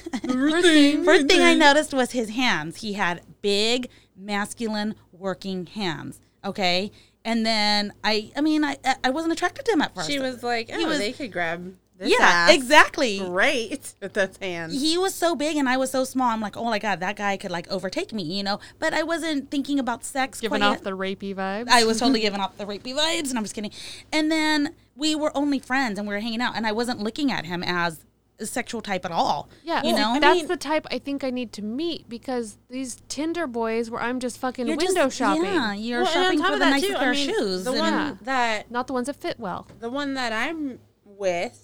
F: First thing I
D: Mm-hmm.
F: noticed was his hands. He had big, masculine, working hands. Okay, and then I, I mean, I, I wasn't attracted to him at first.
E: She was like, oh,
F: was-
E: they could grab this
F: yeah,
E: ass
F: exactly.
E: great with those hands.
F: He was so big and I was so small. I'm like, oh my god, that guy could like overtake me, you know. But I wasn't thinking about sex.
D: giving
F: quite
D: off
F: yet.
D: the rapey vibes.
F: I was totally giving off the rapey vibes, and I'm just kidding. And then we were only friends, and we were hanging out, and I wasn't looking at him as a sexual type at all.
D: Yeah,
F: you know,
D: that's the type I think I need to meet because these Tinder boys, where I'm just fucking window
F: just-
D: shopping,
F: Yeah, you're
E: Well, and on
F: shopping
E: top
F: for
E: of
F: the
E: that,
F: nicest
E: too, I
F: pair
E: mean,
F: of shoes.
E: The
F: and-
E: one that
D: not the ones that fit well.
E: the one that I'm with,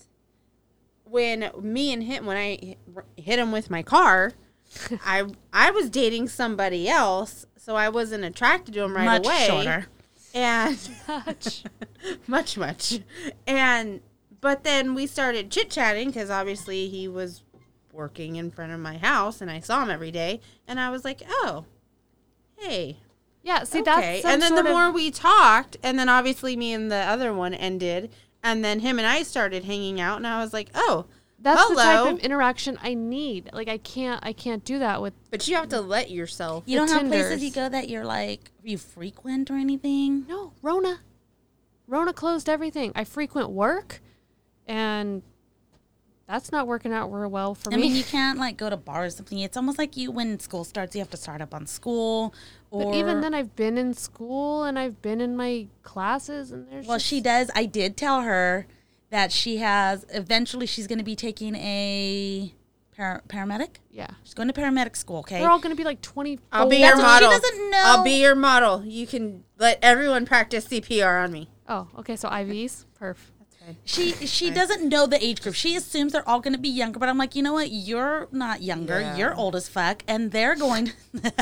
E: when me and him, when I hit him with my car, I I was dating somebody else, so I wasn't attracted to him right
F: Much
E: away.
F: shorter.
E: And
D: Touch.
E: much much and but then we started chit chatting because obviously he was working in front of my house and i saw him every day and i was like oh hey
D: Yeah, see that's
E: okay
D: some
E: and then the
D: sort of-
E: more we talked and then obviously me and the other one ended and then him and i started hanging out and i was like oh
D: that's
E: hello
D: the type of interaction I need. Like I can't I can't do that with
E: but you have to let yourself
F: You
D: The
F: don't have places
D: Tinders.
F: you go that you're like you frequent or anything.
D: No, Rona. Rona closed everything. I frequent work and that's not working out real well for
F: I
D: me.
F: mean, you can't like go to bars or something. It's almost like you when school starts, you have to start up on school. Or
D: but even then I've been in school and I've been in my classes and there's
F: well,
D: just-
F: she does. I did tell her that she has. Eventually, she's going to be taking a par- paramedic.
D: yeah.
F: She's going to paramedic school. Okay.
D: They're all going to be like 20
E: i'll be
F: That's
E: your
F: what she
E: model
F: doesn't know.
E: i'll be your model you can let everyone practice cpr on me
D: Oh, okay, so IVs, perf.
F: She she doesn't know the age group. She assumes they're all going to be younger, but I'm like, you know what? You're not younger. You're old as fuck, and they're going.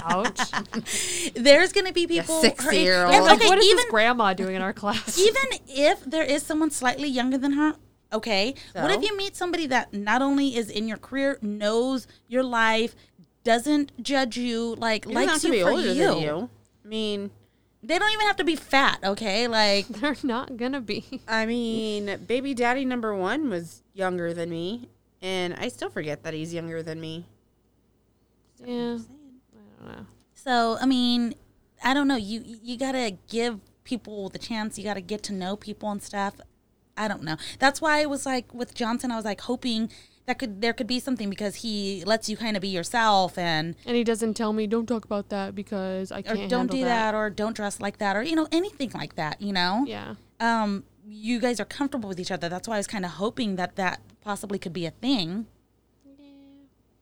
D: Ouch.
F: there's going to be people. her age-
E: 60-year-old.
F: and,
D: like
F: okay,
D: what is
F: even
D: this grandma doing in our class?
F: even if there is someone slightly younger than her. Okay, what if
E: So?
F: you meet somebody that not only is in your career, knows your life, doesn't judge you, like
E: you don't
F: likes
E: have to
F: you
E: be
F: for
E: older
F: you.
E: than you i mean
F: They don't even have to be fat. Okay, like
D: They're not going to be.
E: I mean, baby daddy number one was younger than me, and I still forget that he's younger than me.
D: Yeah. I don't know.
F: So I mean, I don't know. You you gotta give people the chance. You gotta get to know people and stuff. I don't know. That's why I was like with Johnson. I was like hoping that could there could be something because he lets you kind of be yourself and
D: And he doesn't tell me, don't talk about that because I
F: or
D: can't
F: don't
D: handle
F: do that. or don't dress like that or you know anything like that. You know.
D: Yeah.
F: Um, you guys are comfortable with each other. That's why I was kind of hoping that that possibly could be a thing.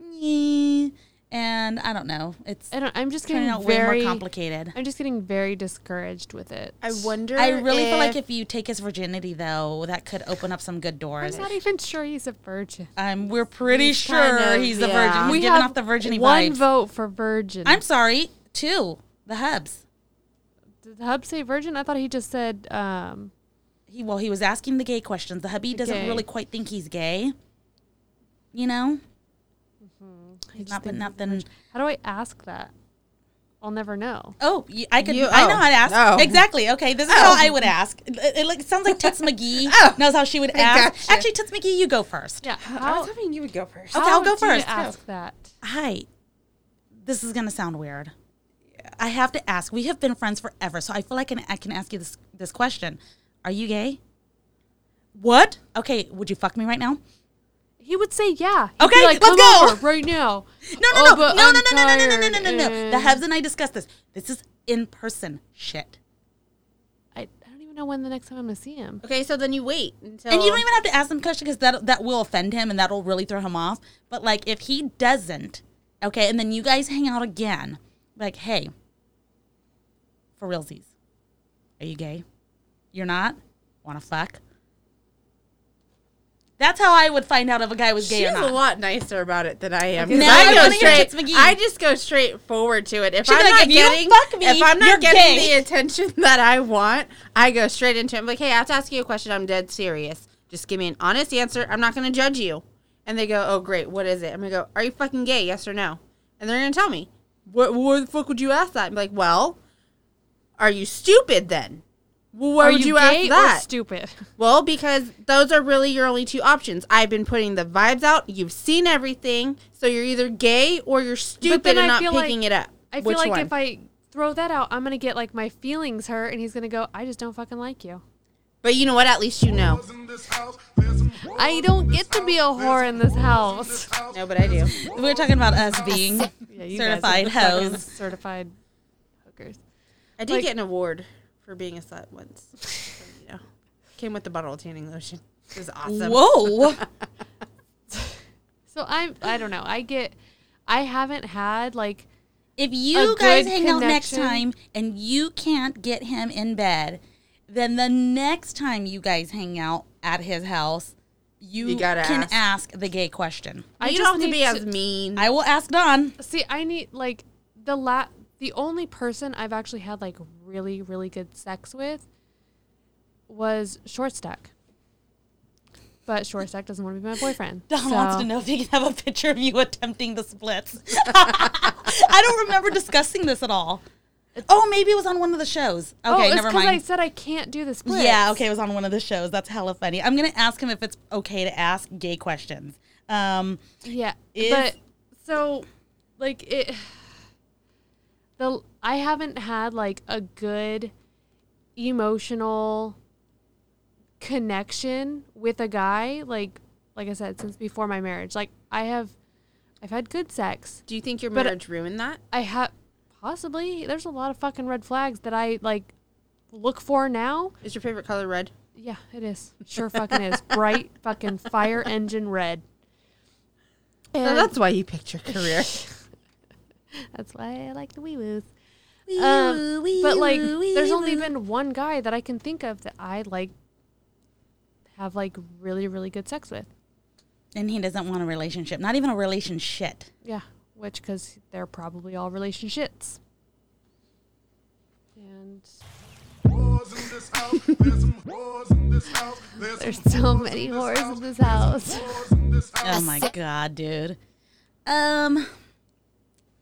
F: Yeah. And I don't know. It's
D: I don't, I'm just
F: turning
D: getting
F: out way
D: very
F: more complicated.
D: I'm just getting very discouraged with it.
E: I wonder.
F: I really feel like if you take his virginity, though, that could open up some good
D: I'm
F: doors.
D: not even sure he's a virgin.
F: Um, we're pretty
E: He's
F: sure
E: kind of-
F: he's the
E: yeah.
F: virgin. He's
D: we
F: giving
D: have
F: off the virgin
D: one
F: vibes.
D: vote for virgin.
F: I'm sorry, two. The hubs.
D: Did the hub say virgin? I thought he just said um,
F: He well, he was asking the gay questions. The hubby doesn't
D: gay.
F: really quite think he's gay. You know, he's not putting up the.
D: How do I ask that? I'll never know.
F: Oh, you, I could.
E: You-
F: I
E: oh,
F: know how to ask.
E: oh.
F: Exactly. Okay, this is how I would ask. It, it, like- sounds like Tits McGee knows how she would ask.
E: gotcha.
F: Actually, Tits McGee, you go first.
D: Yeah.
E: I
D: How,
E: was hoping you would go first.
F: Okay, I'll
D: how
F: go
D: do you
F: first.
D: ask that.
F: hi, this is gonna sound weird. I have to ask. We have been friends forever, so I feel like I can, I can ask you this this question. Are you gay? What? Okay, would you fuck me right now?
D: He would say yeah. He'd be
F: Okay,
D: like,
F: let's
D: come
F: go."
D: over right now.
F: No,
D: Oh,
F: no, no,
D: but
F: no,
D: I'm
F: no, no, no, no, no, no, no,
D: tired
F: no, no. The
D: and-
F: Hebs and I discussed this. This is in person shit,
D: I, I don't even know when the next time I'm gonna see him.
E: Okay, so then you wait until.
F: and you don't even have to ask him questions because that that will offend him and that'll really throw him off. But like, if he doesn't, okay, and then you guys hang out again, like, hey, for realsies, are you gay? You're not? Want to fuck? That's how I would find out if a guy was gay
E: She's
F: or
E: a
F: not.
E: lot nicer about it than I am. 'cause
F: Now
E: I
F: you
E: go
F: wanna hear
E: straight.
F: Tits McGee.
E: I just go straight forward to it. If
F: She'd be
E: I'm
F: like,
E: not
F: "If you don't
E: getting,
F: fuck me,
E: if I'm
F: you're
E: not getting
F: gay."
E: the attention that I want, I go straight into it. I'm like, hey, I have to ask you a question. I'm dead serious. Just give me an honest answer. I'm not going to judge you. And they go, oh great, what is it? I'm gonna go, are you fucking gay? Yes or no? And they're gonna tell me. What? Where the fuck would you ask that? I'm like, well, are you stupid then? Well, why
D: Are
E: would
D: you,
E: you,
D: gay
E: ask that?
D: or stupid?
E: Well, because those are really your only two options. I've been putting the vibes out. You've seen everything, so you're either gay or you're stupid
D: then
E: and
D: I
E: not
D: feel
E: picking
D: like-
E: it up.
D: I feel
E: Which
D: like
E: one?
D: if I throw that out, I'm gonna get like my feelings hurt, and he's gonna go, I just don't fucking like you.
E: but you know what? At least you know.
D: I don't get to be a whore in this house.
E: No, but I do.
F: We were talking about us being
D: Yeah, you guys are
F: certified
D: the fucking
F: hoes.
D: Certified hookers.
E: I did
D: Like-
E: get an award for being a slut once. So, you know. Came with a bottle of tanning lotion. It was awesome.
F: Whoa.
D: So I'm I don't know. I get I haven't had like
F: If you guys
D: good
F: hang out next
D: connection.
F: time and you can't get him in bed, then the next time you guys hang out at his house, you,
E: You gotta
F: can
E: ask.
F: ask the gay question.
D: I
E: you
D: just
E: don't have to
D: need
E: be as mean.
F: I will ask Don.
D: See, I need like the la the only person I've actually had like really really good sex with was Shortstack. But Shortstack doesn't want to be my boyfriend.
F: Don wants
D: so-
F: to know if he can have a picture of you attempting the splits. I don't remember discussing this at all. Oh, maybe it was on one of the shows.
D: Oh,
F: Okay,
D: it's
F: never
D: because I
F: mind.
D: said I can't do the splits.
F: Yeah, okay, it was on one of the shows. That's hella funny. I'm gonna ask him if it's okay to ask gay questions. Um,
D: Yeah,
F: If-
D: but so like it. The I haven't had like a good emotional connection with a guy like like I said since before my marriage. Like I have, I've had good sex.
E: Do you think your
D: But-
E: marriage ruined that?
D: I have possibly there's a lot of fucking red flags that I like look for now.
E: Is your favorite color red?
D: Yeah, it is. Sure fucking is. Bright fucking fire engine red.
E: So
D: And
E: that's why you picked your career.
D: That's why I like the wee woos. Um, but like, there's only been one guy that I can think of that I like have like really, really good sex with.
F: and he doesn't want a relationship, not even a relationship.
D: Yeah, which because they're probably all relationships. And
C: Wars in this house. There's some wars in this house.
D: there's
C: There's
D: so many whores in this house.
C: wars in this house.
F: Oh my god, dude. Um,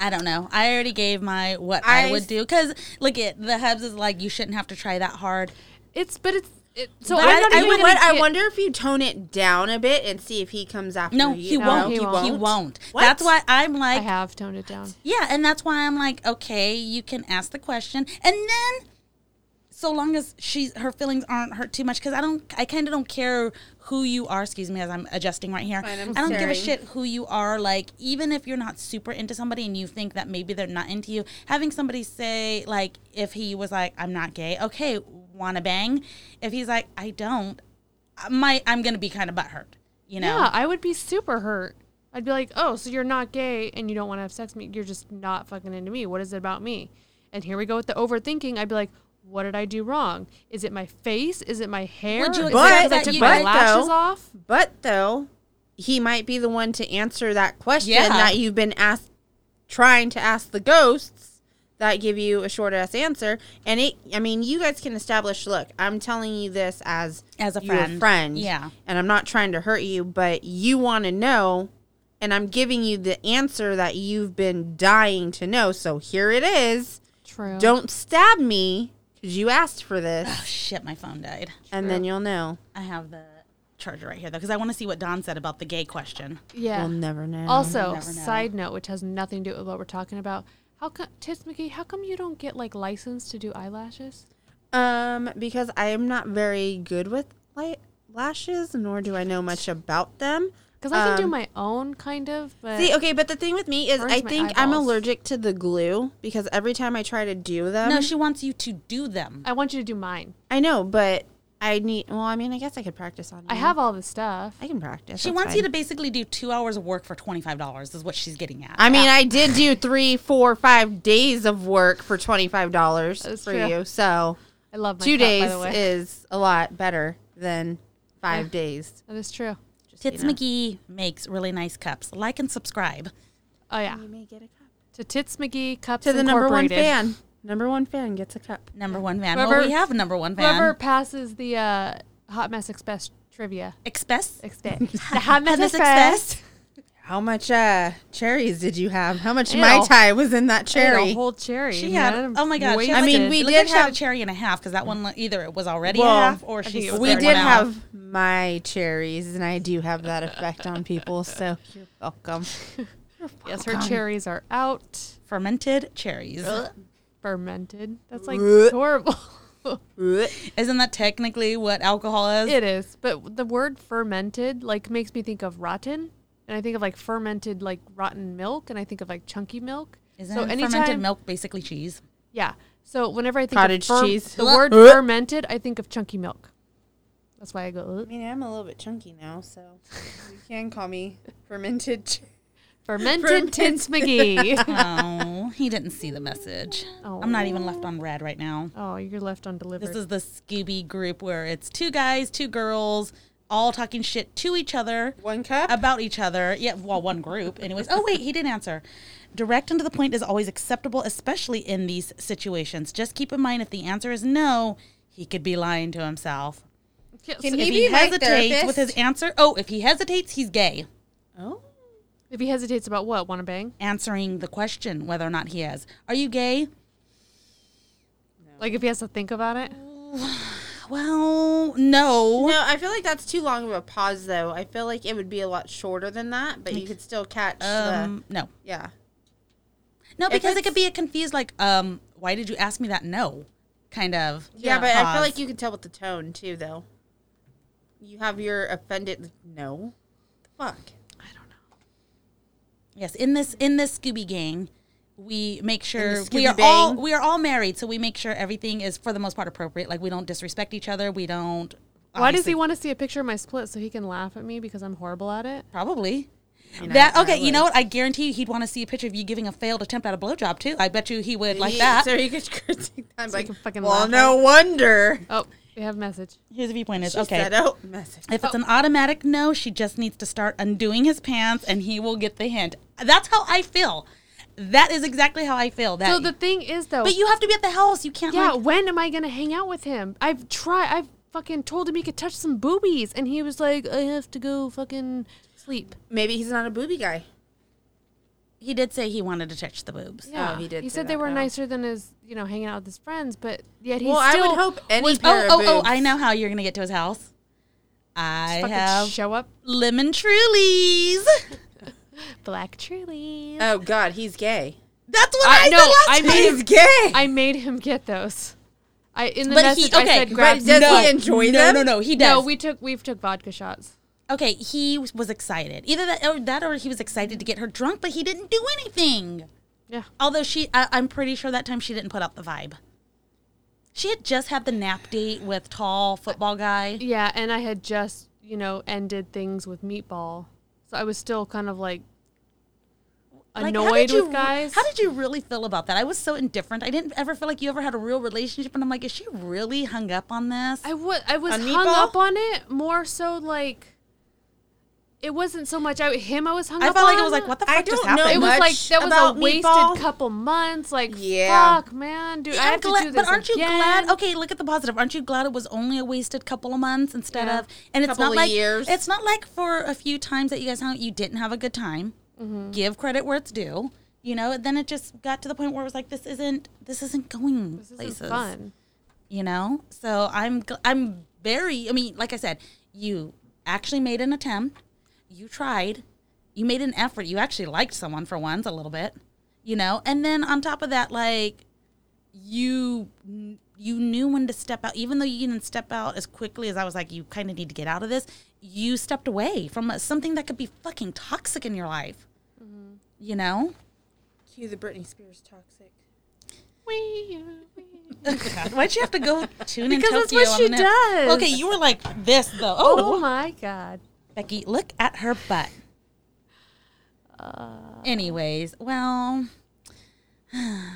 F: I don't know. I already gave my what I,
E: I-
F: would do because look at the hubs is like you shouldn't have to try that hard.
D: It's but it's it, so
F: But
D: I'm
F: I-
D: not
F: I
D: even
F: would-
D: gonna
E: But I
D: get-
E: wonder if you tone it down a bit and see if he comes after
F: No,
E: you.
F: he won't.
D: he
F: He won't.
D: won't.
E: What?
F: That's why I'm
D: I
F: like,
D: have toned it down.
F: yeah, and that's why I'm like, okay, you can ask the question, and then so long as she's her feelings aren't hurt too much because I don't, I kind of don't care who you are. Excuse me, as I'm adjusting right here.
E: Fine, I'm
F: I don't give a
E: staring.
F: shit who you are. Like, even if you're not super into somebody and you think that maybe they're not into you, having somebody say like, if he was like, I'm not gay, okay, wanna bang? If he's like, I don't, uh, my I'm gonna be kind of butthurt, you know?
D: Yeah, I would be super hurt. I'd be like, oh, so you're not gay and you don't want to have sex with me. You're just not fucking into me. What is it about me? And here we go with the overthinking. I'd be like, what did I do wrong? Is it my face? Is it my hair?
F: Would you
D: Is it
F: accept
D: 'cause I
F: that
D: took
F: you-
D: my
F: but
D: lashes
E: though-
D: off?
E: But though, he might be the one to answer that question
F: Yeah.
E: that you've been asked, trying to ask the ghosts that give you a short ass answer. And it, I mean, you guys can establish. Look, I'm telling you this as
F: As a
E: your
F: friend.
E: friend,
F: Yeah.
E: and I'm not trying to hurt you, but you want to know, and I'm giving you the answer that you've been dying to know. So here it is.
D: True.
E: Don't stab me because you asked for
F: Oh,
E: this,
F: shit, my phone died.
E: and then you'll know.
F: I have the charger right here though because I want to see what Don said about the gay question.
D: Yeah.
E: We'll never know.
D: also,
F: never know.
D: side note, which has nothing to do with what we're talking about. How come, Tiz McGee, how come you don't get like licensed to do eyelashes?
E: Um, because I am not very good with light lashes, nor do I know much about them.
D: Because I can do
E: Um,
D: my own kind of, but
E: See, okay, but the thing with me is,
D: Burns
E: I
D: my
E: think I'm
D: eyeballs.
E: allergic to the glue because every time I try to do
D: Um,
E: them,
F: No, she wants you to do them.
D: I want you to do mine.
E: I know, but I need. Well, I mean, I guess I could practice on.
D: I
E: you.
D: have all the stuff.
E: I can practice.
F: She wants you to basically do two hours of work for twenty five dollars. Is what she's getting at.
E: I mean, I did do three, four, five days of work for twenty five dollars
D: That's
E: for
D: true.
E: you. So
D: I love my
E: two
D: cat, by
E: days
D: the way.
E: is a lot better than five days.
D: That is true.
F: Tits McGee makes really nice cups. Like and subscribe.
D: Oh yeah.
E: You may get a cup.
D: To Tits McGee Cups
E: To the number one
D: Incorporated.
E: fan. Number one fan gets a cup.
F: Number one fan. well,
D: Whoever-
F: we have a number one fan.
D: Whoever passes the uh, Hot Mess Express trivia.
F: Express.
D: Express. the Hot Mess
F: Miss
D: Express.
E: How much uh, cherries did you have? How much
D: Ew.
E: Mai Tai was in that
D: I had
E: cherry?
D: A whole cherry.
F: She had.
D: man.
F: Oh my god. she had
E: I
F: like
E: mean,
F: a-
E: we
F: it looked
E: did
F: like she had
E: have-
F: a cherry and a half because that one lo- either it was already
E: Well,
F: a half or
D: I think
F: she.
D: it was
E: we
F: split
D: Fair
E: did
F: one out.
E: have my cherries, and I do have that effect on people. So you're welcome.
D: Yes, her cherries are out.
F: fermented cherries.
D: Fermented. That's like
E: Blech.
D: horrible.
F: Isn't that technically what alcohol is?
D: it is. But the word fermented like makes me think of rotten. And I think of like fermented like rotten milk and I think of like chunky milk.
F: Isn't
D: so
F: fermented
D: anytime
F: milk basically cheese?
D: Yeah. So whenever I think
E: Cottage
D: of fer-
E: cheese.
D: the word
F: Ugh.
D: fermented, I think of chunky milk. That's why I go "Ugh."
E: I mean, I'm a little bit chunky now, so you can call me fermented. Ch-
D: fermented Tits McGee.
F: Oh, he didn't see the message. I'm not even left on red right now.
D: oh, you're left undelivered.
F: This is the Scooby group where it's two guys, two girls, all talking shit to each other.
E: One cup?
F: About each other. Yeah, well, one group. Anyways. Oh, wait, he didn't answer. Direct and to the point is always acceptable, especially in these situations. Just keep in mind if the answer is no, he could be lying to himself.
D: Can
F: if
D: he,
F: he
H: be my
F: hesitates with his
H: therapist?
F: answer, oh, if he hesitates, he's gay.
E: Oh.
D: if he hesitates about what, want to bang?
F: Answering the question whether or not he is. Are you gay?
D: Like if he has to think about it?
F: Well, no.
E: No, I feel like that's too long of a pause, though. I feel like it would be a lot shorter than that, but you could still catch
F: Um, no.
E: the. Yeah.
F: No,
E: If
F: because it could
E: it's-
F: be a confused, like, um, why did you ask me that? No, kind of.
E: Yeah, but I feel
F: pause.
E: like you can tell with the tone, too, though. You have your offended. No. Fuck.
F: Yes, in this in this Scooby Gang, we make sure
E: the
F: we are
E: Scooby
F: all
E: Bang.
F: we are all married, so we make sure everything is for the most part appropriate. Like we don't disrespect each other. We don't.
D: Why does
F: obviously-
D: he want to see a picture of my split so he can laugh at me because I'm horrible at it?
F: Probably.
E: mean, I
F: that
E: would- I
F: okay, you
E: would.
F: know what? I guarantee you he'd want to see a picture of you giving a failed attempt at a blowjob too. I bet you he would like
E: He-
F: that.
E: So you could critique that.
D: you
E: like,
D: can fucking
E: well,
D: laugh
E: no wonder.
D: Oh, we have message.
F: Here's the viewpoint is
E: She
F: okay.
E: said, oh, message.
F: If it's an automatic no, she just needs to start undoing his pants and he will get the hint. That's how I feel. That is exactly how I feel. That
D: So the thing is though,
F: But you have to be at the house. You can't
D: yeah,
F: like-
D: when am I gonna hang out with him? I've tried. I've fucking told him he could touch some boobies, and he was like, I have to go fucking sleep.
E: Maybe he's not a booby guy.
F: he did say he wanted to touch the boobs.
E: Yeah. he did
D: He
E: say
D: said they
E: that,
D: were
E: yeah.
D: nicer than his, you know, hanging out with his friends, but yet he
E: Well, I would
D: still
E: hope any
D: was
E: pair
F: Oh,
E: of
F: oh, oh,
E: boobs.
F: I know how you're going to get to his house. I
D: fucking
F: have
D: show up
F: lemon trulies.
D: black truly.
E: Oh, God, he's gay.
F: That's what I,
D: I
F: said
D: know.
F: last
D: I
F: time.
D: made
E: He's
D: him.
E: gay.
D: I made him get those. I in the
F: But he-
D: message I
F: okay,
D: said
F: but
D: grab.
E: does
D: some-
E: he enjoy
F: no,
E: them?
F: No, no, he
D: No,
F: does.
D: we took we've took vodka shots.
F: okay, he was excited. Either that or, that or he was excited to get her drunk, but he didn't do anything.
D: Yeah.
F: Although she, I, I'm pretty sure that time she didn't put out the vibe. She had just had the nap date with tall football guy.
D: Yeah, and I had just, you know, ended things with meatball. So I was still kind of like
F: Like,
D: annoyed
F: how did you
D: with
F: re-
D: guys.
F: How did you really feel about that? I was so indifferent. I didn't ever feel like you ever had a real relationship, and I'm like, is she really hung up on this?
D: I wa- I was
E: On
D: hung
E: meatball?
D: up on it more so like it wasn't so much I, him I was hung
F: I
D: up
F: felt
D: on.
F: like it was like, what the fuck
E: I
F: just
E: don't know.
F: happened?
D: It was
E: much
D: like that was
E: about
D: a wasted
E: meatball?
D: couple months. Like
E: Yeah.
D: fuck, man, dude, I
F: I'm
D: have
F: glad-
D: to do this.
F: but aren't you glad?
D: again.
F: Okay, look at the positive. Aren't you glad it was only a wasted couple of months instead
D: Yeah.
F: of? And it's
E: Couple
F: not
E: of
F: like
E: years.
F: it's not like for a few times that you guys hung out, you didn't have a good time.
D: Mm-hmm.
F: Give credit where it's due. You know, and then it just got to the point where it was like, this isn't this isn't going
D: This
F: places.
D: isn't fun.
F: You know, so I'm gl- I'm very. I mean, like I said, you actually made an attempt. You tried. You made an effort. You actually liked someone for once a little bit. You know, and then on top of that, like you you knew when to step out even though you didn't step out as quickly as i was like you kind of need to get out of this you stepped away from something that could be fucking toxic in your life
D: Mm-hmm.
F: you know
E: Cue the Britney Spears toxic.
F: why'd you have to go tune in
D: Because that's
F: Tokyo
D: what
F: on
D: she
F: the-
D: does.
F: okay you were like this though oh,
D: Oh my god.
F: becky look at her butt
D: Uh,
F: anyways well i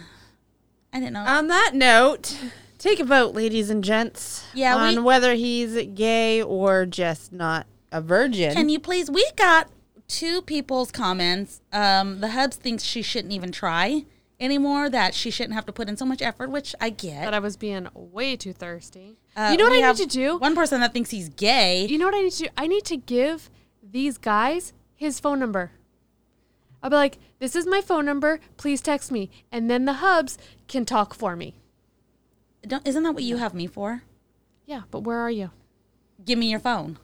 F: didn't
D: Um,
F: know
E: On that note, take a vote, ladies and gents,
F: Yeah,
E: on
F: we-
E: whether he's gay or just not a virgin.
F: Can you please? We got two people's comments. Um, the Hubs thinks she shouldn't even try anymore, that she shouldn't have to put in so much effort, which I
D: That
F: get.
D: I was being way too thirsty.
F: Uh,
D: uh, you know what
F: we
D: I need
F: have
D: to do?
F: One person that thinks he's gay.
D: You know what I need to do? I need to give these guys his phone number. I'll be like, this is my phone number. Please text me. And then the hubs can talk for me.
F: Don't, isn't that what you have me for?
D: Yeah, but where are you?
F: Give me your phone.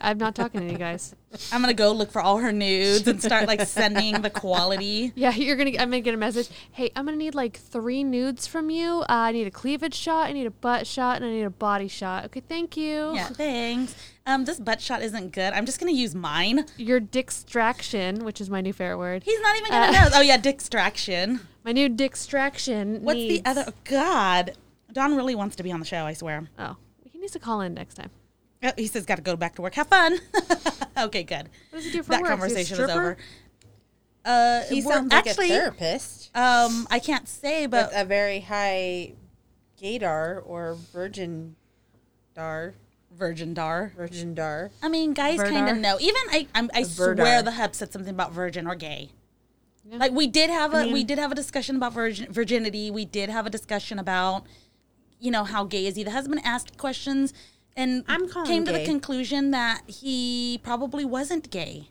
D: I'm not talking to you guys.
F: I'm gonna go look for all her nudes and start like sending the quality.
D: Yeah, you're gonna. I'm gonna get a message. Hey, I'm gonna need like three nudes from you. Uh, I need a cleavage shot. I need a butt shot, and I need a body shot. Okay, thank you.
F: Yeah, thanks. Um, this butt shot isn't good. I'm just gonna use mine.
D: Your distraction, which is my new favorite word. Uh,
F: He's not even gonna know. Oh yeah, distraction.
D: My new distraction.
F: What's
D: needs-
F: the other? God, Don really wants to be on the show. I swear.
D: Oh, he needs to call in next time.
F: Oh, he says, "Got to go back to work. Have fun." okay, good.
D: What does he do for work? Is he a
F: That conversation is
D: stripper?
F: over. Uh,
E: he
F: we're
E: sounds like
F: actually,
E: a therapist
F: um, I can't say, but
E: with uh, a very high gaydar or virgin dar.
F: Virgin Dar.
H: Virgin Dar.
F: I mean, guys kind of
E: Verdar.
F: know. Even I, I'm, I swear
H: Verdar.
F: the hub said something about virgin or gay. Like we did have a we did have a discussion about virgin, virginity. We did have a discussion about you know how gay is he. The husband asked questions and
E: I'm calling
F: came to the
E: gay.
F: conclusion that he probably wasn't gay.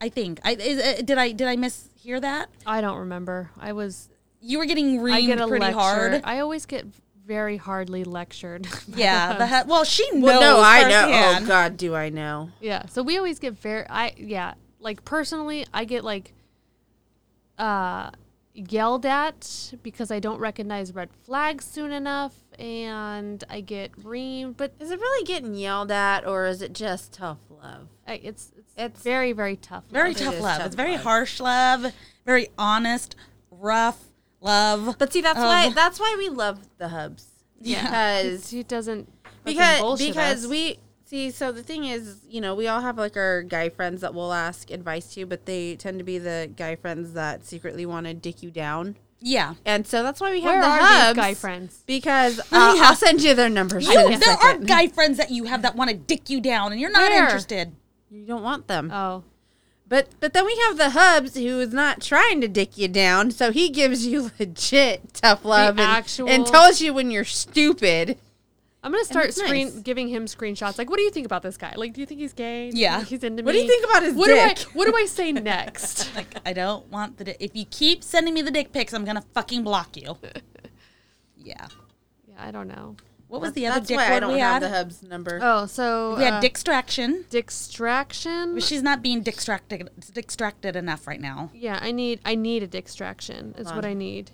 F: I think. I is, uh, did I did I mishear that?
D: I don't remember. I was.
F: You were getting reamed
D: I get a
F: pretty
D: lecture.
F: hard.
D: I always get very hardly lectured. by
F: yeah, the
D: them.
F: hu- well she knows.
E: Well, no, I know.
F: firsthand.
E: Oh God, do I know?
D: yeah. So we always get very. I yeah. Like personally, I get like uh yelled at because I don't recognize red flags soon enough, and I get reamed. But
E: Is it really getting yelled at, or is it just tough love?
D: I, it's, it's
E: It's-
D: very very tough.
F: Very
E: It
F: tough
E: is
F: love.
E: tough
F: it's very
E: love.
F: harsh love, very honest, rough love.
E: But see, that's
F: Um,
E: why that's why we love the hubs. because
D: She doesn't fucking
E: because
D: bullshit
E: because
D: us.
E: we see. So the thing is, you know, we all have like our guy friends that we'll ask advice to, but they tend to be the guy friends that secretly want to dick you down.
F: yeah.
E: And so that's why we have
D: Where
E: the
D: are these
E: hubs
D: guy friends?
E: because uh,
F: Yeah.
E: I'll send you their numbers.
F: I
E: in a
F: don't, there are
E: second.
F: guy friends that you have that want to dick you down and you're not
D: Where?
F: interested.
E: you don't want them.
D: oh
E: But but then we have the hubs who is not trying to dick you down, so he gives you legit tough love and,
D: actual-
E: and tells you when you're stupid.
D: I'm gonna start
E: it's nice.
D: screen giving him screenshots. Like, what do you think about this guy? Like, do you think he's gay? Do you
F: Yeah.
D: think he's into me.
E: What do you think about his
D: What
E: dick?
D: do I What do I say next?
F: Like, I don't want the. Di- if you keep sending me the dick pics, I'm going to fucking block you. yeah.
D: yeah, I don't know.
F: What was the other
E: That's
F: dick
E: why I
F: word
E: don't
F: we
E: have
F: had?
E: the hubs number.
D: Oh, so
F: we had
D: uh,
F: distraction.
D: distraction.
F: But she's not being distracted, distracted enough right now.
D: yeah, I need I need a distraction. Is what I need.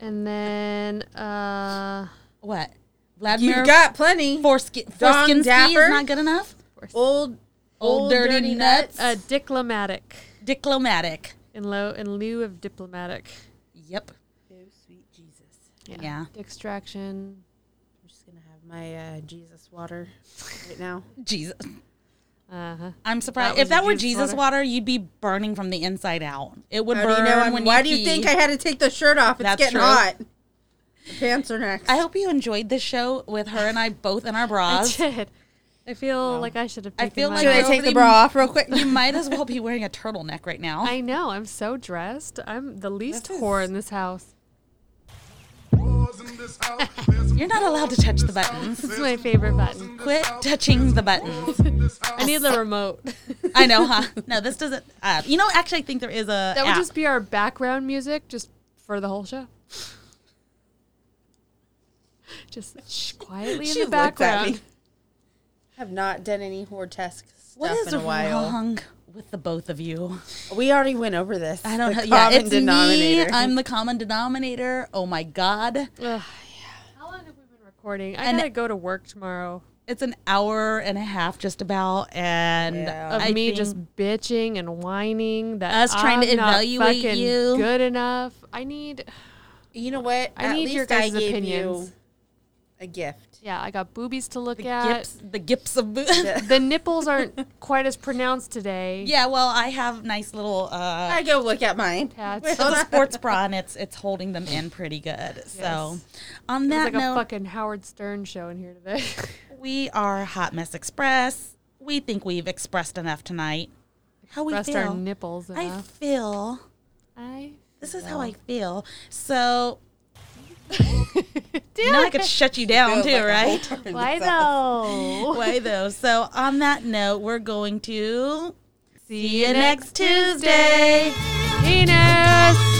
D: And then uh,
F: What?
E: You've
F: Vladimir
E: got plenty.
F: foreskin,
E: Dong
F: foreskin is
E: Dapper.
F: not good enough?
E: old, oh,
F: Old dirty nuts.
D: a diplomatic
F: Diplomatic.
D: in low in lieu of diplomatic.
F: Yep.
D: Yeah.
F: Yeah.
D: Distraction.
E: I'm just gonna have my uh, Jesus water right now.
F: Jesus.
D: Uh huh.
F: I'm surprised.
D: That
F: if that
D: was
F: were
D: Jesus
F: Jesus water. you'd be burning from the inside out. It would
E: How do
F: burn
E: you know I'm-
F: when
E: why
F: you
E: do you
F: pee.
E: think I had to take the shirt off? It's
F: That's
E: getting
F: true.
E: hot. The pants are next.
F: I hope you enjoyed this show with her and I both in our
D: I
F: bras.
D: did. I feel like I should have.
F: I
D: taken
F: feel
D: mine
F: like
E: Should I
F: we're
D: off.
E: take
F: over
E: the bra off
F: real quick. You might as well be wearing a turtleneck right now.
D: I know. I'm so dressed. I'm the least
H: This
D: whore
H: is-
D: in this house.
F: You're not allowed to touch the buttons.
D: This is my favorite button.
F: Quit touching the buttons.
D: I need the remote.
F: I know, huh? No, this doesn't. Uh, you know, actually, I think there is a.
D: that would
F: app.
D: just be our background music, just for the whole show. Just shh, quietly in
E: She
D: the
E: looked at
D: background.
E: me. have not done any hortesque stuff
F: What is
E: in a while.
F: wrong with the both of you?
E: We already went over this.
F: I don't
E: The
F: know. Yeah,
E: common
F: it's me.
E: denominator.
F: I'm the common denominator. Oh my god.
D: How long have we been recording? I
F: And-
D: gotta go to work tomorrow.
F: it's an hour and a half just about and
E: Yeah.
D: Of
F: I
D: me
F: think-
D: just bitching and whining that
F: Us trying to
D: I'm not
F: evaluate
D: fucking
F: you.
D: good enough. I need.
E: You know what?
D: I need your guys' opinions.
E: a gift.
D: Yeah, I got boobies to look
F: the
D: at.
F: gips the gips of boo-
D: The nipples aren't quite as pronounced today.
F: yeah well i have nice little uh
E: I go look at mine.
D: Tats.
F: it's a sports bra and it's it's holding them in pretty good so on
D: It's
F: that
D: like a
F: note
D: fucking Howard Stern show in here today.
F: we are hot mess express we think we've expressed enough tonight how we
D: Rest
F: feel
D: our nipples
F: i
D: enough.
F: feel
D: I
F: this is how i feel so now i could shut you down too right
D: why though?
F: way though. So on that note, we're going to see you
D: next
F: next Tuesday.
D: Penis.